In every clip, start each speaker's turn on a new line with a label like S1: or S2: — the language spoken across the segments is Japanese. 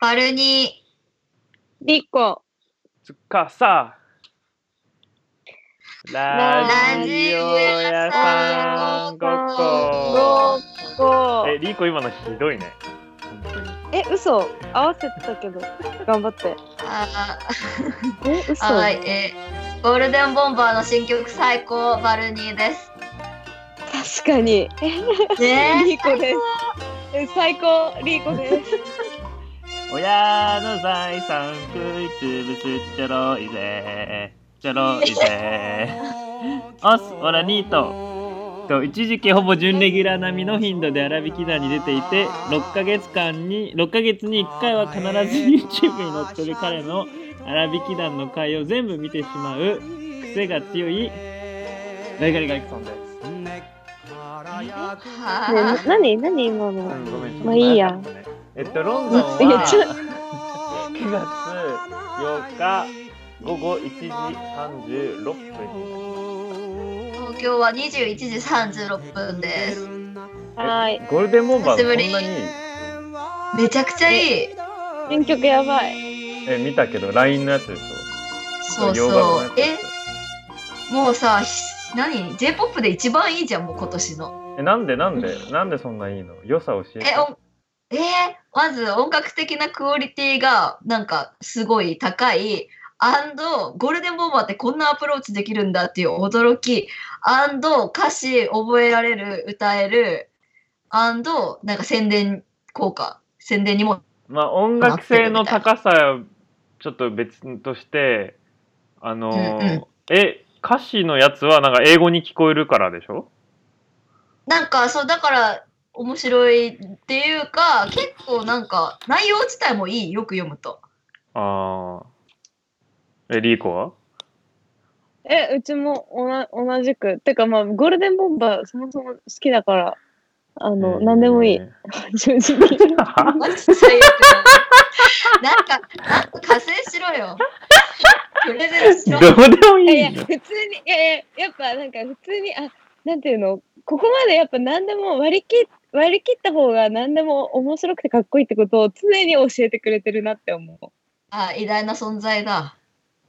S1: バルニ
S2: リコ、
S3: つかさラジオ屋さんごっ
S2: ゴ
S3: こ
S2: ーゴ
S3: え
S2: ー。
S3: リーコ今のひどいね本当に
S2: え、嘘合わせてたけど、頑張って。
S1: ーあー
S2: え、嘘
S1: はい、えーゴールデンボンバーの新曲最高バルニーです。
S2: 確かに。
S1: ね
S2: リコです。え、最高、リコです。
S4: 親の財産食いつぶすちょろいぜちょろいぜオスオラニートと一時期ほぼ準レギュラー並みの頻度で荒引き団に出ていて6ヶ月間に6ヶ月に1回は必ず YouTube に載ってる彼の荒引き団の回を全部見てしまう癖が強いガリガリガリクソンです
S1: は
S2: ね
S1: ー、
S2: なになに今
S3: う
S2: の。
S3: んごめんちょっと
S2: まあいいや
S3: 長かったねえっとロンドン
S2: いや、ちょっ
S3: は9月8日午後1時36分になります
S1: 東京は21時36分です。
S2: と。はい。
S3: ゴールデンボンバー
S1: 久しぶ
S3: こ
S1: り
S3: んなに
S1: めちゃくちゃいい。
S2: 選曲やばい。
S3: え見たけど LINE のやつでし
S1: そ
S3: ょ
S1: う
S3: 洋楽の
S1: そ
S3: や
S1: う
S3: つ。でしょ
S1: え、もうさ、ひ何 ?J-POP で一番いいじゃん、もう今年の。
S3: えなんでなんでなんでそんないいの良さ教えて
S1: え、おえーまず音楽的なクオリティがなんかすごい高い。アンドゴールデンボンバーってこんなアプローチできるんだっていう驚き。アンド歌詞覚えられる、歌える。アンドなんか宣伝効果。宣伝にも。
S3: まあ音楽性の高さちょっと別としてあの
S1: う
S3: ー、
S1: んうん
S3: え歌詞のやつはなんか英語に聞こえるからでしょ
S1: なんかそう、だから面白いっていうか、結構なんか内容自体もいい。よく読むと。
S3: ああえリーコは
S2: え、うちもおな同じく。てか、まあ、ゴールデンボンバー、そもそも好きだから、あの、なんでも いい。 正直。
S3: は
S1: マジ最悪だななんか、なんか加勢しろよ。プレゼンし
S3: ど
S1: ろ
S3: う。でも
S2: い
S3: い
S2: やい
S3: いんだ
S2: や、普通に、いやいや、やっぱなんか普通に、あ、なんていうの、ここまでやっぱ何でも割り切っ割り切った方が何でも面白くてかっこいいってことを常に教えてくれてるなって思う
S1: あ、偉大な存在だ。。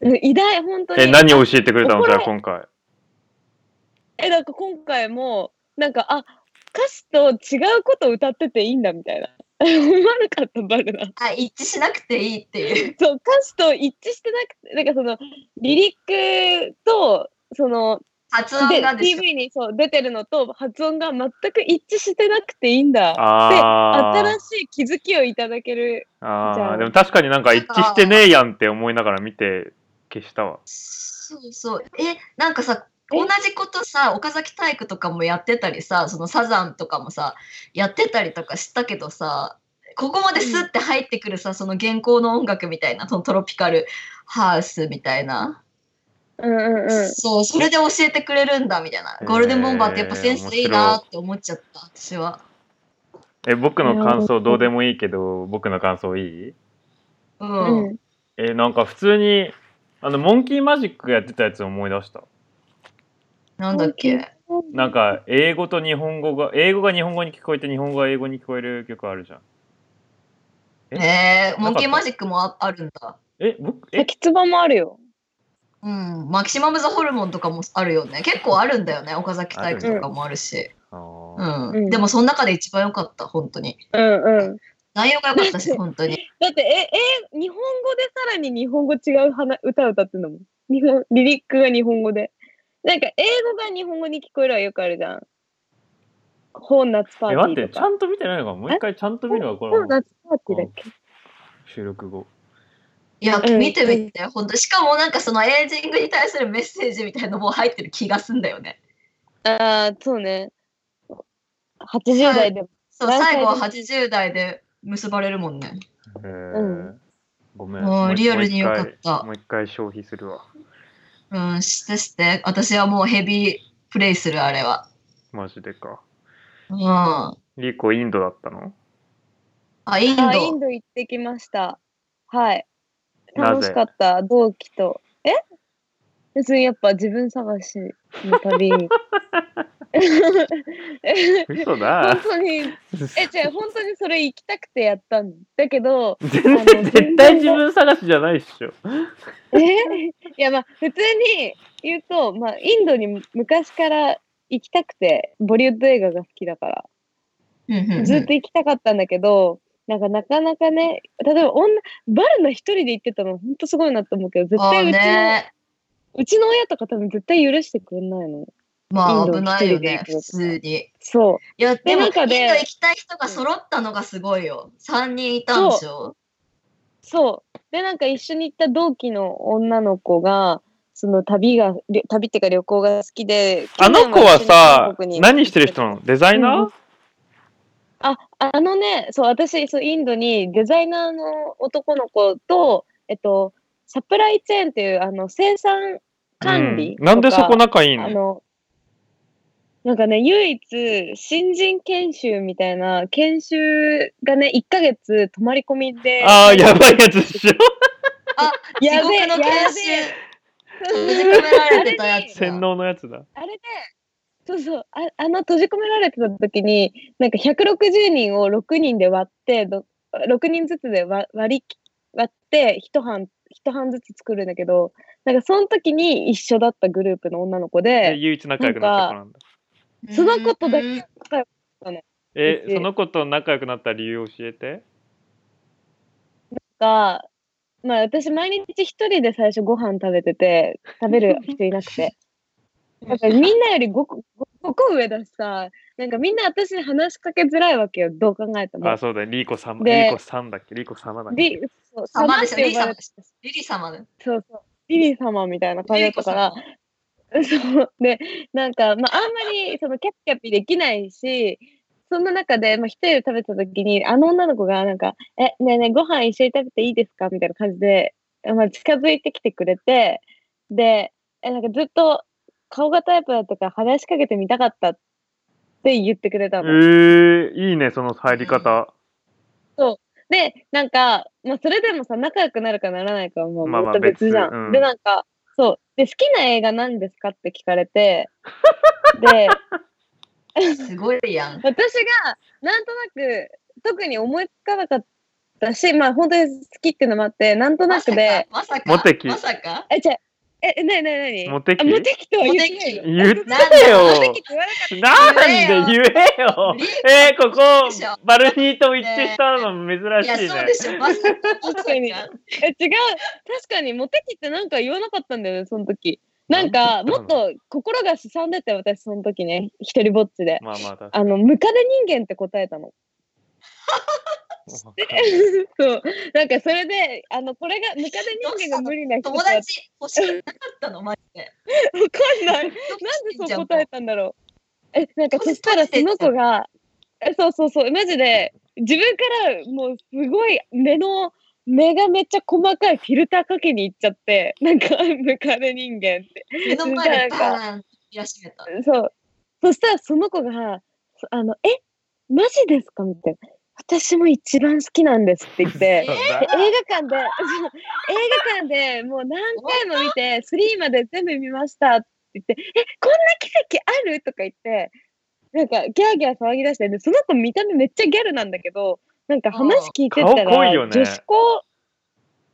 S2: うん偉大、本当に。
S3: え何を教えてくれたの
S2: こ
S3: じ
S2: れ
S3: ゃあ今回
S2: え、なんか今回も、なんか、あ、歌詞と違うことを歌ってていいんだみたいな。思わなかった、バルナ。
S1: あ、一致しなくていいっていう。
S2: そう歌詞と一致してなくて、なんかその、リリックと、その、
S1: 発
S2: で
S1: 音がですよ。
S2: TV にそう出てるのと発音が全く一致してなくていいんだで
S3: あー
S2: 新しい気づきをいただけるじゃ
S3: あ
S2: あ
S3: ーでも確かになんか一致してねえやんって思いながら見て消したわ
S1: そうそう。え、なんかさ、同じことさ、岡崎体育とかもやってたりさ、そのサザンとかもさ、やってたりとかしたけどさ、ここまでスッて入ってくるさ、その現行の音楽みたいな、そのトロピカルハウスみたいな、
S2: うんうんうん
S1: そう、それで教えてくれるんだみたいな、
S3: へー
S1: ゴールデンボンバーってやっぱセンスいいなって思っちゃった、私は。
S3: え僕の感想どうでもいいけど僕の感想いい
S1: うん。
S2: うん
S3: えーなんか普通にあのモンキーマジックやってたやつ思い出した
S1: なんだっけ。
S3: なんか英語と日本語が英語が日本語に聞こえて日本語が英語に聞こえる曲あるじゃんえ
S1: えー、モンキーマ
S3: なかった
S1: ジックもああるんだ。
S3: え僕え
S2: 滝つばもあるよ
S1: うん、マキシマム・ザ・ホルモンとかもあるよね結構あるんだよね岡崎体育とかもあるし、
S3: あ
S1: う
S3: ー
S1: ん
S2: うん
S1: でもその中で一番良かった本当に
S2: うんうん
S1: 内容が良かったし本当に
S2: だってええ日本語でさらに日本語違う花歌を歌ってんだもん日本リリックが日本語でなんか英語が日本語に聞こえるはよくあるじゃん本夏パー
S3: え
S2: テ
S3: 待っ
S2: ィーと
S3: てちゃ
S2: か
S3: んと見てないのかもう一回ちゃんと見るわこ
S2: 本
S3: れ
S2: 夏パーティーだっけ
S3: 収録後
S1: いや
S2: うん
S1: 見てみて本当しかもなんかそのエイジングに対するメッセージみたいなのも入ってる気がすんだよね
S2: ああそうね80代でも
S1: そう
S2: 何歳
S1: 最後は
S2: で
S1: 80代で結ばれるもんね
S3: えー
S2: うん
S3: ごめん
S1: もう
S3: もう一
S1: リアルに良かった
S3: もう一回もう一回消費するわ
S1: うんしてして私はもうヘビープレイするあれは
S3: マジでか
S1: うんあ
S3: リコインドだったの
S1: インド
S2: あインド行ってきました。はい。
S3: なぜ
S2: 楽しかった、同期と。え別にやっぱ自分探しの旅に
S3: 嘘
S2: 本
S3: だ。
S2: 当に、 え、じゃ本当にそれ行きたくてやったんだけど、
S3: 全然絶対自分探しじゃないっしょ。
S2: え いや、まあ、普通に言うと、まあ、インドに昔から行きたくて、ボリュッド映画が好きだから。ずっと行きたかったんだけど、なんかなかなかね、例えば女、バルナ一人で行ってたの本当すごいなと思うけど、絶
S1: あ
S2: 対う
S1: ー
S2: ちの、
S1: ね
S2: うちの親とか多分絶対許してくれないの。
S1: ま
S2: イ
S1: あ
S2: ンド
S1: 危ないよね
S2: 一人で行く
S1: 普
S2: の
S1: 通に
S2: そう。
S1: いやでもインド
S2: 中で
S1: 行きたい人が揃ったのがすごいよ3人いたんでしょ
S2: そう。で、なんか一緒に行った同期の女の子が、その旅が、りょ旅っていうか旅行が好きで、
S3: あの子は
S2: 去年も一緒に韓、
S3: さ
S2: 国に
S3: 何してる人なのデザイナー
S2: あ、あのね、そう、私、そう、インドにデザイナーの男の子と、えっと、サプライチェーンっていう、あの、生産管理
S3: うんなんでそこ仲いい
S2: あ
S3: の
S2: の、なんかね、唯一、新人研修みたいな、研修がね、1ヶ月泊まり込みで。
S3: ああ、やばいやつっしょ。
S1: 地
S2: や
S1: 獄
S2: べえ
S1: の研
S2: や
S1: 修
S2: べえ
S1: 閉じ込められてたやつ
S3: 洗脳のやつだ。
S2: あれで、そうそう、ああの閉じ込められてた時に、なんか160人を6人で割って、ど6人ずつで割割り切割って1班、一班ずつ作るんだけど、なんかその時に一緒だったグループの女の子
S3: で
S2: で、
S3: 唯一仲良くなった子なんだ。
S2: そのことだけ
S1: うん
S3: え、
S2: 私
S3: その子と仲良くなった理由教えて。
S2: が、まあ私毎日一人で最初ご飯食べてて、食べる人いなくて。だからみんなより 5, 個5個上だしさ、なんかみんな私に話しかけづらいわけよ、どう考えても
S3: あ、。そうだ、リーコ様。リ
S2: で
S3: ーコさんだっけリーコ様だっけ
S2: リそう
S1: 様
S2: 様
S1: で
S2: っ
S1: す
S2: て
S1: よね
S2: 呼ばれてた
S1: リリ様だよ
S2: そうそう。リリー様みたいな感じだったから。 そう。で、なんか、まあ、あんまり、その、キャピキャピできないし、そんな中で、まあ、一人で食べた時に、あの女の子が、なんか、え、ねえねえ、ご飯一緒に食べていいですかみたいな感じで、まあ、近づいてきてくれて、で、え、なんかずっと、顔がタイプだったから話しかけてみたかったって言ってくれた
S3: え
S2: の。
S3: ー、いいね、その入り方。
S2: で、なんか、まあ、それでもさ、仲良くなるかならないかはもう
S3: まあ
S2: ま
S3: まあ
S2: た別じゃん。
S3: 別うん
S2: で、なんか、そう。で、好きな映画何ですかって聞かれて、 で、
S1: すごいやん。
S2: 私が、なんとなく、特に思いつかなかったし、まあ、本当に好きっていうのもあって、なんとなくで、
S1: まさか
S3: モテキ
S1: まさか
S2: え、じゃえ、なになになに
S3: モテキ
S2: あモテキとは言ってないよ
S3: 言ってよ
S2: あモテキって言わなかっ
S3: なんで言えよ
S1: リー
S3: えー、こ
S1: でしょ
S3: こ、バルニーと一致したの珍
S1: いや、
S3: しい
S1: そう
S3: ね
S1: で。しょ。まさか。まさ
S2: 確
S1: か
S2: かにた。え、違う。確かに、モテキってなんか言わなかったんだよね、その時。なんか、もっと心がすさんでて、私、その時ね、一人ぼっちで。
S3: まあまあ、確か
S2: あの、ムカデ人間って答えたの。
S3: に。
S2: そう。なんかそれで、あの、これが、ムカデ人間が無理な人
S1: 友
S2: だわ
S1: 達欲しくなかったの、マジで。
S2: かんない。なんで
S1: なん
S2: そう答えたんだろう。え、なんか
S1: こ
S2: そ
S1: れ
S2: したら
S1: マジで
S2: その子が、え、そうそうそう、マジで、自分からもうすごい目の、目がめっちゃ細かいフィルターかけに行っちゃって、なんか、ムカデ人間って。
S1: 目の前にバーンっていらっしゃった。
S2: そう。そしたらその子が、そあの、え、マジですかみたいな。私も一番好きなんですって言って。
S3: そう
S2: で映画館で、
S3: だ
S2: そう映画館でもう何回も見て、3まで全部見ましたって言って、え、こんな奇跡あるとか言って、なんかギャーギャー騒ぎ出して、でその子見た目めっちゃギャルなんだけど、なんか話聞いてた
S3: 顔濃い
S2: ら、
S3: よね
S2: 女子校、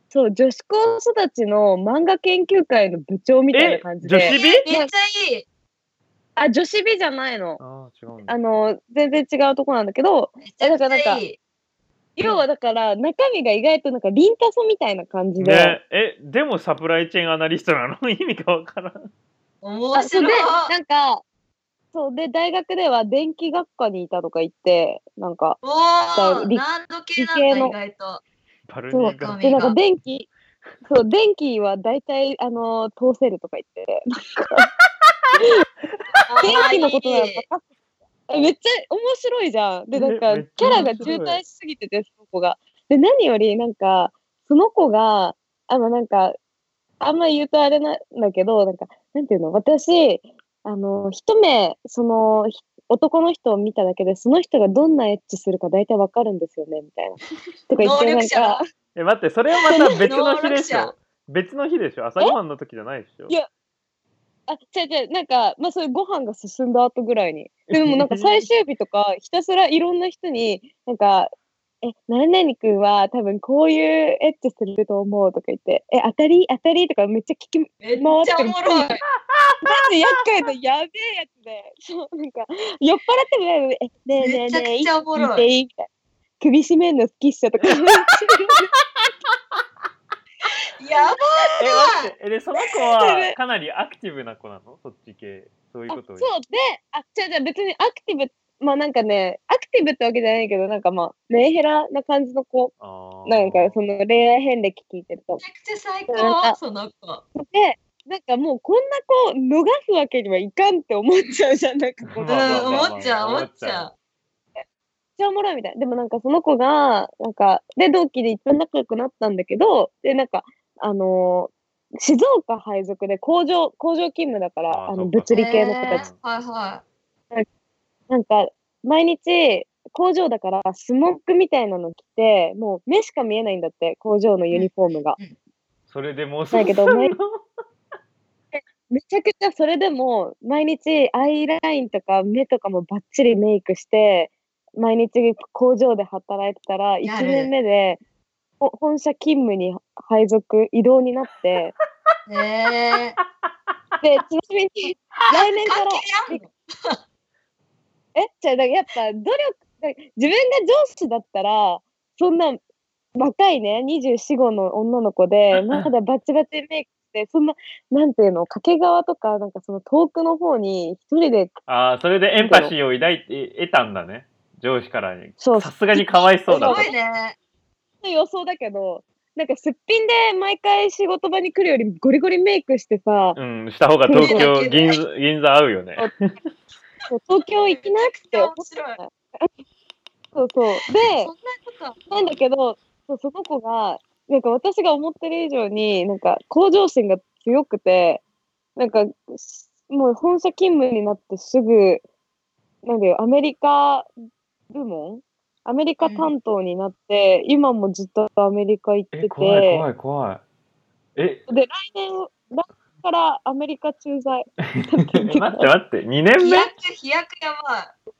S2: そう、女子校育ちの漫画研究会の部長みたいな
S3: え
S2: 感じ、
S3: 女
S2: で、
S3: 子美
S1: めっちゃいい。
S2: あ、女子美じゃないの。
S3: あー違うんだ
S2: あの、全然違うとこなんだけど、
S1: めちゃくちゃいい。
S2: 要はだから中身が意外となんかリンタソみたいな感じで、
S3: ねえ、でもサプライチェーンアナリストなの 意味がわからん。
S1: 面
S2: あそう
S1: 白
S2: で
S1: い。
S2: なんかそうで大学では電気学科にいたとか言ってなんか
S1: おー、
S2: 理
S1: 難度系なん
S2: 理系
S1: だ、
S2: の
S1: 意外と。
S3: バルニ
S2: そ
S3: ー
S2: う
S3: が。
S2: でなんか電気そう電気は大体あの通せるとか言って電気のことなら分かってえめっちゃ面白いじゃんでなんか
S3: ねめっち
S2: キ
S3: ゃ
S2: ャ
S3: 面
S2: ラ
S3: 白
S2: が渋滞
S3: い
S2: しすぎててその子がで何よりなんかその子があのなんかあんま言うとあれなんだけどなんかなんていうの私あの一目そのひ男の人を見ただけでその人がどんなエッチするか大体わかるんですよねみたいなとか言っ
S1: 能
S2: てな
S1: 力
S2: ん
S1: 者
S2: か
S1: だ。
S3: え、待って、それはまた別の日でし
S1: 能力
S3: ょ。別の日でしょ朝ごはんの時じゃないでしょ
S2: いやあ、違う違う、なんか、まあそういうご飯が進んだ後ぐらいに。でもなんか最終日 とか、ひたすらいろんな人に、なんか、え、何々くんは多分こういうエッチすると思うとか言って、え、当たり当たりとかめっちゃ聞き、
S1: めっちゃおもろい。
S2: なんで厄介なやべえやつで、そう、なんか、酔っ払ってもないのに、え、ねえね
S1: め
S2: え
S1: ちゃ
S2: ねえ、
S1: くちゃおもろ
S2: 聞い
S1: い。
S2: ていいみたいな。首絞めんの好きっしょと か。
S1: やば
S3: え、待って。え、で、その子はかなりアクティブな子なのそっち系。そういう
S2: あ
S3: こ
S2: そ
S3: とを
S2: う
S3: 言う。
S2: で、あ、じゃじゃ別にアクティブ、まあなんかね、アクティブってわけじゃないけど、なんかまあ、メンヘラな感じの子、
S3: あー
S2: なんかその恋愛遍歴聞いてると
S1: め。ちゃくちゃ最
S2: なん
S1: 高、
S2: か
S1: その子。
S2: で、なんかもうこんな子逃すわけにはいかんって思っちゃうじゃん、なんかこ
S1: う
S2: の
S1: ん、
S3: まあまあまあ
S1: 思っちゃう、思っちゃう。
S2: めっちゃおもろいみたいな。でもなんかその子が、なんか、で、同期で一番仲良くなったんだけど、で、なんか、あのー静岡配属で工場、工場勤務だか
S3: あー
S2: ら、あ
S3: そっ
S2: の、
S3: か
S2: 物理系の子たち。
S1: えーはいは
S2: なんか、毎日、工場だから、スモックみたいなの着て、もう目しか見えないんだって、工場のユニフォームが。
S3: それでもう
S2: だけどね
S3: そんな
S2: めちゃくちゃそれでも、毎日アイラインとか目とかもバッチリメイクして、毎日工場で働いてたら、1
S1: やる
S2: 年目で、ほ本社勤務に配属、移動になって、
S1: い。ねえ。
S2: で、ちなみに、来年から
S1: 関、係あんの
S2: えじゃあだからやっぱ努力だ自分が上司だったらそんな若いね24号の女の子でまだバチバチメイクしてそんななんていうの掛川とかなんかその遠くの方に一人で
S3: ああ、それでエンパシーを抱いて、得たんだね。上司からに。
S2: そう
S3: さすがにかわい そうだ
S1: すご。
S3: と
S1: いね。
S2: 予想だけどなんかすっぴんで毎回仕事場に来るよりゴリゴリメイクしてさ
S3: うん、した方が東 京、銀座、銀座合うよね。
S2: そう東京行きなくて思っ
S1: 面白い。
S2: そうそ
S1: そん
S2: うで
S1: なこと
S2: なんだけど、そうその子が、なんか私が思ってる以上に、なんか向上心が強くて、なんか、しもう本社勤務になってすぐ、なんだよ、アメリカ部門アメリカ担当になって、今もずっとアメリカ行って
S3: え、
S2: て、
S3: 怖い怖
S2: 来
S3: い怖い。え、
S2: 年、来年からアメリカ駐在。
S3: 待って待って、2年
S1: 飛
S3: 目
S1: 躍、飛躍やばい。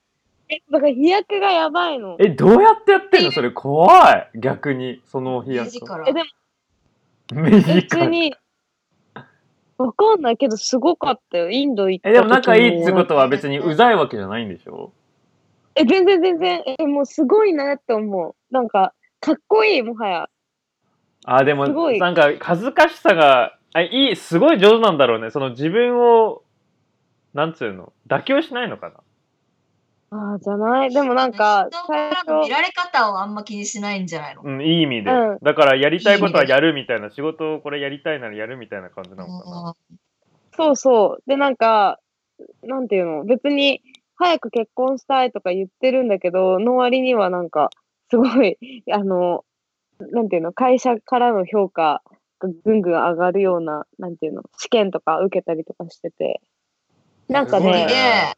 S2: えだから飛躍がやばいの。
S3: え、どうやってやってんのそれ怖い。逆に、その日や
S1: 目力
S2: え、でも
S3: 目
S2: 普通
S3: 力。
S2: に、わかんないけど、すごかったよ。インド行った
S3: え、
S2: 時
S3: でも仲いいってことは別にうざいわけじゃないんでしょ
S2: え、全然全然、え、もうすごいなって思う。なんか、かっこいい、もはや。
S3: あー、でも
S2: すご、い
S3: なんか恥ずかしさが、あいい、すごい上手なんだろうね。その自分を、なんつうの、妥協しないのかな
S2: ああ、じゃない。でもなんか、
S1: 人か
S2: 最
S1: らの見
S2: 初、
S1: られ方をあんま気にしないんじゃないの
S3: うん、いい意味で。
S2: うん
S3: だから、やりたいことはやるみたいな、仕事をこれやりたいならやるみたいな感じなのかな。
S2: そうそう。で、なんか、なんていうの、別に、早く結婚したいとか言ってるんだけど、の割にはなんか、すごい、 あの、なんていうの、会社からの評価がぐんぐん上がるような、なんていうの、試験とか受けたりとかしてて。なんか
S3: すごい
S1: すごい
S2: ね、
S1: ね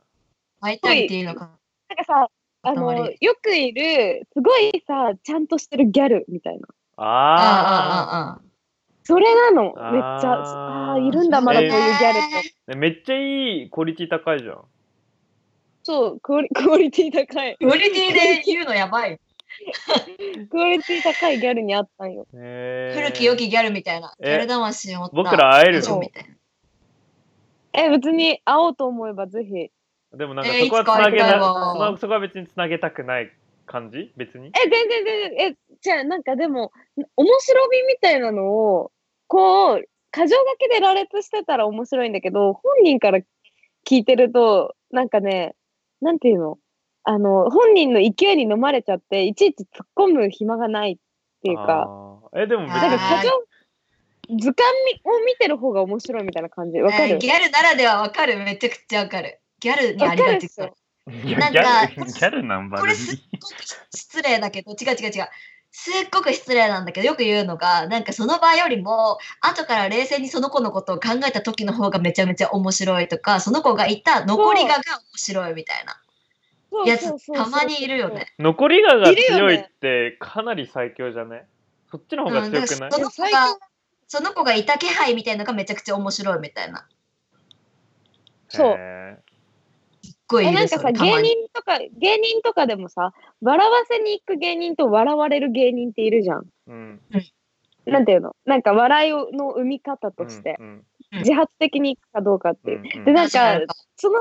S1: 会いたいっていうのかな。
S2: なんかさ、あの、
S1: 塊
S2: よくいる、すごいさ、ちゃんとしてるギャルみたいな。
S3: あ
S1: ああああああ。
S2: それなの、めっち
S3: あー
S2: ゃ。ああー、いるんだ、まだこういうギャルって。
S3: あ、めっちゃいいクオリティ高いじゃん。
S2: そう、クオリクオリティ高い。
S1: クオリティで言うのやばい。
S2: クオリティ高いギャルにあったんよ。
S3: へー
S1: 古き良きギャルみたいな。ギ
S3: え
S1: ャル魂を持った。
S3: 僕ら会える
S2: そう
S3: の
S1: みたいな。
S2: え、別に会おうと思えばぜひ。え、
S3: でもなんか
S1: えー
S3: そこはつな
S1: いつか会い
S3: げ
S1: た
S3: な、
S1: いわ
S3: そのそこは別につなげたくない感じ別に
S2: 全然全然。え、じゃあなんかでも、面白みみたいなのを、こう、過剰書きで羅列してたら面白いんだけど、本人から聞いてると、なんかね、なんていうのあの、本人の勢いに飲まれちゃって、いちいち突っ込む暇がないっていうか。
S3: あーえでも別
S2: なんか
S1: あ
S2: 過
S1: ー
S2: 剰図鑑みを見てる方が面白いみたいな感じ。わか
S1: え
S2: る
S1: ー、ギャルならではわかる。めちゃくちゃわかる。ギャルにありがち
S2: わかるっ
S3: にい
S1: な
S3: や
S1: ん
S3: ギ
S1: か
S3: ャルギャルナンバ
S1: これすっごく失礼だけど、違う違う違う。すっごく失礼なんだけど、よく言うのが、なんかその場よりも、後から冷静にその子のことを考えた時の方がめちゃめちゃ面白いとか、その子がいた残りがが面白いみたいな
S2: そう
S1: や
S2: そ
S1: つ
S2: う、そう
S1: たまにいるよね。。
S3: 残りがが
S2: いるよ
S3: 強い
S2: ね
S3: ってかなり最強じゃねそっちの方が
S1: うん、だ
S3: 強
S1: から
S3: く
S1: そ
S3: ない、
S1: の子
S2: 最
S1: が
S2: 近、
S1: その子がいた気配みたいなのがめちゃくちゃ面白いみたいな。
S2: そう
S3: へ
S1: ごい
S2: え
S1: い
S2: な
S1: で
S2: ん
S1: す
S2: かさ
S1: たま
S2: 芸
S1: に。
S2: 人とか芸人とかでもさ笑わせに行く芸人と笑われる芸人っているじゃん。
S3: ーうん。
S2: なんていうのなんか笑いをの生み方として、
S3: うん。
S1: うん
S2: 自発的に行くかどうかって
S3: う
S2: い
S3: ん
S2: う。
S3: うん
S2: でなん
S1: 確
S2: か
S1: かに
S2: その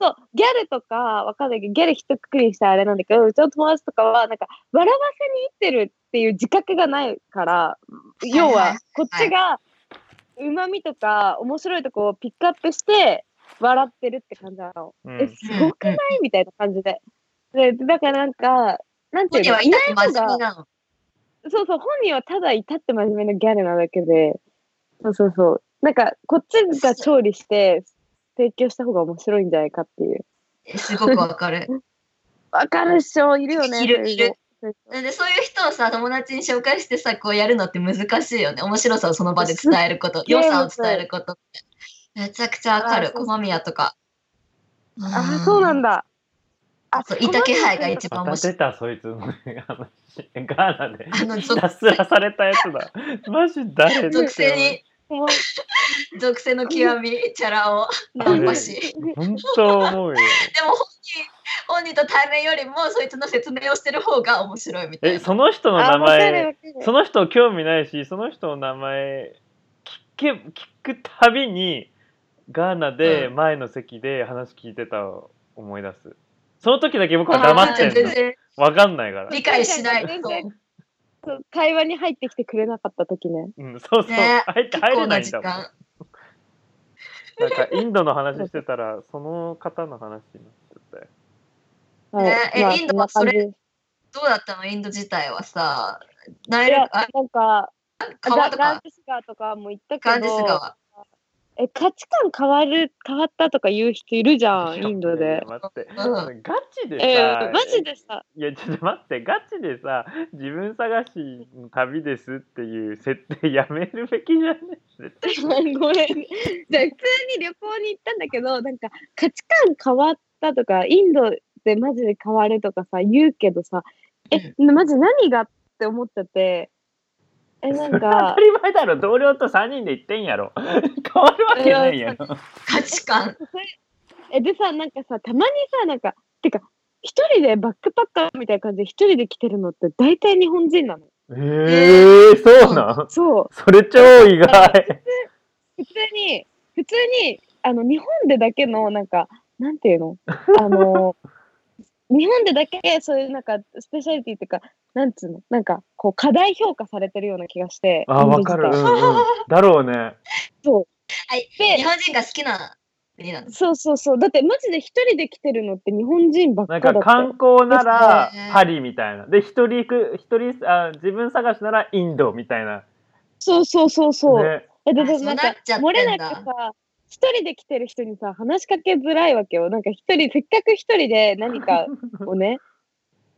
S2: そうギャルとかわかんないけどギャル一括りにしたらあれなんだけどうちの友達とかはなんか笑わせに行ってるっていう自覚がないから
S1: い
S2: 要はこっちがうまみとか面白いとこをピックアップして笑ってるって感じなの。
S3: う
S2: え
S3: ん
S2: すごくないみたいな感じで。でだからなんかなんて
S1: 本
S2: いう
S1: 人
S2: の
S1: はい痛
S2: な
S1: く
S2: い
S1: 真面目
S2: 方
S1: な
S2: が
S1: の。
S2: そうそう、本人はただ至って真面目なギャルなだけで、そうそうそう。なんか、こっちが調理して、提供した方が面白いんじゃないかっていう。
S1: えすごくわかる。
S2: わかる人いるよね。
S1: いるいる
S2: そういうの。
S1: なんでそういう人をさ友達に紹介してさこうやるのって難しいよね面白さをその場で伝えること
S2: げえ
S1: 良さを伝えることってめちゃくちゃわか
S2: あ
S1: る
S2: ーそう
S1: 駒宮とか
S2: ああ、そうなん
S1: だ
S2: だ。あ
S1: そういた気配が一番
S3: ま
S1: 面
S3: た
S1: 白い
S3: 出たそいつの話ガーナで
S1: あの
S3: ひ
S1: 属
S3: たすらされたやつだマジ誰
S1: 属性に
S2: もう
S1: 属性の極みチャラを何欲しいで
S3: 本当思うよ
S1: も本人本人と対面よりもそいつの説明をしてる方が面白いみたい
S3: え
S1: な
S3: その人の
S2: あ
S3: 名
S2: わかる
S3: 前
S2: わかる
S3: その人興味ないしその人の名前聞け聞くたびにガーナで
S1: う
S3: 前の席で話聞いてた思い出すその時だけ僕は黙って
S1: 全
S3: んの
S1: 然
S3: わかんないから、
S1: 理解しない
S2: 全
S1: と
S2: 然そう会話に入ってきてくれなかった時ね。
S3: うん、そうそう、
S1: ね
S3: 入って
S1: 結
S3: 入
S1: 構
S3: れな
S1: ない
S3: ん
S1: 時
S3: だもん
S1: 間
S3: なんかインドの話して たらその方の話になっちゃったよ
S2: はい
S1: ねえ
S2: まあ
S1: インドは
S2: こんな感じ
S1: どうだったのインド自体はさ
S2: い
S1: 内
S2: や
S1: 陸あ、
S2: なんか、
S1: 川と
S2: ガン
S1: か
S2: ジス川とかも行ったけど、
S1: ガンジス川
S2: え価値観変わる変わったとか言う人いるじゃんインド
S3: いや
S2: で。
S3: 待って、
S1: う
S3: ガチでさ、
S2: えー、マジでさ
S3: いやちょっと待ってガチでさ自分探しの旅ですっていう設定やめるべきじゃね絶対
S2: ごめんじゃあ普通に旅行に行ったんだけどなんか価値観変わったとかインドでマジで変わるとかさ言うけどさえマジ何がって思っちゃってえなん
S4: 当
S2: か
S4: たり前だろ同僚と3人で行ってんやろ 変わるわけないやろ
S1: 価値 観
S2: えでさなんかさたまにさなんかてか一人でバックパッカーみたいな感じで一人で来てるのって大体日本人なの。
S3: えー、そうなん
S2: そう
S3: それ超意外
S2: 普通に普通にあの日本でだけのなんかなんていうのあ の日本でだけそういうなんかスペシャリティっていうかなんつうのなんかこう過大評価されてるような気がして
S3: あ
S2: インド
S3: わ
S2: 自
S3: か
S2: 体
S3: る、うんうん、だろうね
S1: 日
S2: で
S1: 本人が好きな国なんです
S2: そうそうそうだってマジで一人で来てるのって日本人ばっ
S3: な
S2: か
S3: ん
S2: だっ
S3: か
S2: た
S3: 観光なら
S1: ですね
S3: パリみたいなで一人行く一人あ自分探しならインドみたいな
S2: そうそうそうそう、
S3: ね
S2: えだって
S1: あそう
S2: なん
S1: なっ
S2: か
S1: ちゃってんだ
S2: 漏れなくさ一人で来てる人にさ話しかけづらいわけよなんか一人せっかく一人で何かをね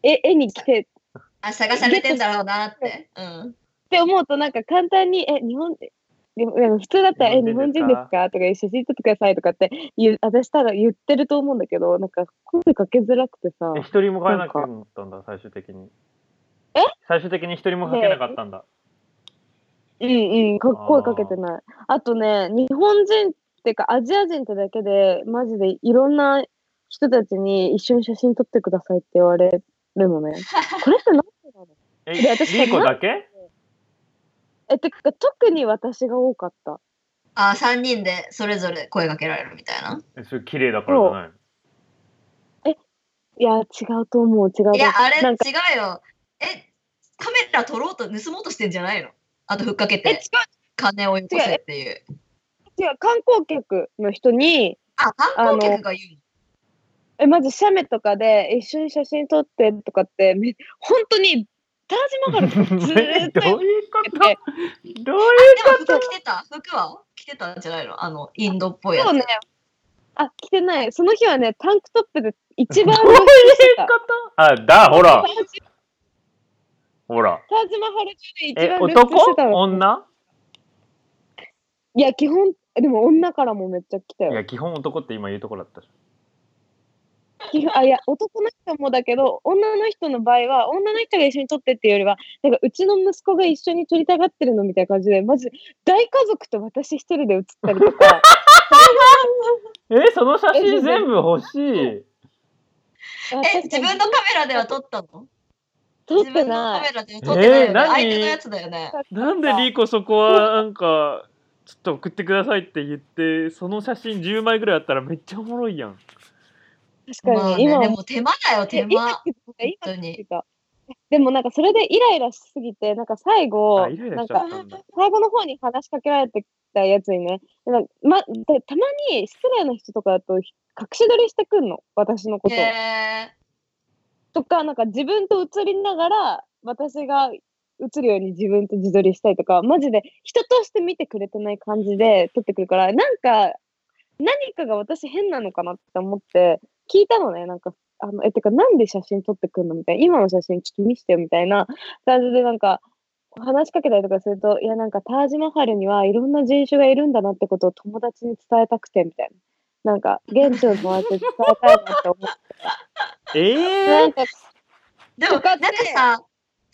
S2: え絵に来て
S1: あ探されてんだろうなって、うん、
S2: って思うとなんか簡単に「え日本ででもでも普通だったら「え
S3: 日
S2: 日
S3: 本
S2: 本
S3: 人
S2: 人で
S3: で
S2: すす
S3: か
S2: か?」とか「写真撮ってください」とかって言う私たら言ってると思うんだけどなんか声かけづらくてさ
S3: え一人もかけなくなったんだ最終的に
S2: え
S3: 最終的に一人もかけなかったんだ、
S2: うんうんか
S3: あー
S2: 声かけてないあとね日本人っていうかアジア人ってだけでマジでいろんな人たちに一緒に写真撮ってくださいって言われるのねこれって何でなの
S3: え
S2: で私
S3: リーコだけ
S2: えてか特に私が多かった
S1: あ3人でそれぞれ声かけられるみたいな
S3: えそれ綺麗だからじゃない
S2: いや違うと思う違うと思う
S1: いやあれ
S2: なん
S1: 違
S2: か
S1: うよえカメラ取ろうと盗もうとしてんじゃないのあとふっかけ
S2: え違う
S1: て金をよこせっていう
S2: 違う観光客の人に
S1: あ観光客が言う
S2: えまず写メとかで一緒に写真撮ってとかってめ本当にタージマハルと かずーっと
S3: どういうこ
S2: 言
S3: と
S2: って
S3: どういう
S1: のでも服着てた服は着てたんじゃないのあのインドっぽいやつ
S2: そうねあ着てないその日はねタンクトップで 一番
S3: どういう
S2: 露出してた
S3: ことあ、だ、ほ
S2: タ、
S3: ら
S2: ージ
S3: ほら。
S2: タージマハル中で一
S3: え、
S2: 番露出して
S3: 男
S2: たの
S3: 女
S2: いや基本でも女からもめっちゃ来た
S3: い
S2: よ
S3: や、基本男って今言うとこだったじ
S2: 基本あいや男の人もだけど女の人の場合は女の人が一緒に撮ってっていうよりはなんかうちの息子が一緒に撮りたがってるのみたいな感じでマジ大家族と私一人で写ったりとか
S3: え、その写真全部欲しい。
S1: え、自分のカメラでは撮ったの
S2: 撮っ
S1: 自
S2: て
S1: 分のカ
S2: な
S1: メ
S2: い。
S1: ラでは撮ってないよ
S3: えー
S1: ね。
S3: 何
S1: 相手のやつだよね。
S3: なんでリーコそこはなんか、ちょっと送ってくださいって言って、その写真10枚ぐらいあったらめっちゃおもろいやん。
S2: 確
S1: ま
S2: か
S1: あ
S2: に、
S1: ね、
S2: 今
S1: で
S2: は
S1: も手間だよ、手間。
S2: え今
S1: 本当に。
S2: でもなんかそれでイライラしすぎて、なんか最後、
S3: あ、イライラ
S2: な
S3: し
S2: ん
S3: ちゃ
S2: か
S3: ったんだ。
S2: 最後の方に話しかけられてたやつにね、なんかま、たたまに失礼な人とかだとひ隠し撮りしてくんの、私のことを。
S1: へ
S2: とか、なんか自分と映りながら、私が映るように自分と自撮りしたりとか、マジで人として見てくれてない感じで撮ってくるから、なんか、何かが私変なのかなって思って、聞いたのね、なんか、あの、え、てか、なんで写真撮ってくんのみたいな、今の写真ちょっと見してよみたいな感じで、なんか、話しかけたりとかすると、いや、なんか、タージマハルにはいろんな人種がいるんだなってことを友達に伝えたくて、みたいな。なんか、現地の友達に伝えたいなって思って。な
S3: え
S2: んか、
S1: ーでも、
S2: とか
S1: な
S2: っ
S1: んか
S2: て
S1: さ、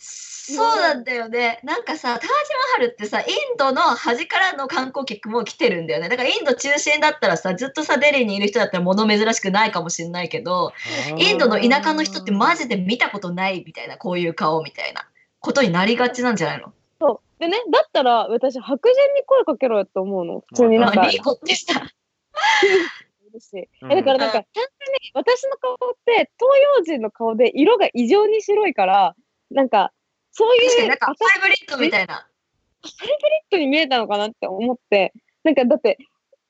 S1: そうなんだよね。なんかさ、タージマハルってさ、インドの端からの観光客も来てるんだよね。だからインド中心だったらさ、ずっとさ、デリーにいる人だったら物珍しくないかもしれないけど、
S3: ー
S1: インドの田舎の人ってマジで見たことないみたいな、こういう顔みたいなことになりがちなんじゃないの
S2: そう。でね、だったら私、白人に声かけろよって思うの。普通に
S3: う
S2: なんか、
S1: リーコってさ、
S2: いるしえ
S3: うん
S2: だからなんか、単純に私の顔って東洋人の顔で色が異常に白いから、なんか、そういう
S1: 確かになんか
S2: ア
S1: ハ
S2: サ
S1: イブリッドみたいな。
S2: ットに見えたのかなって思って、なんかだって、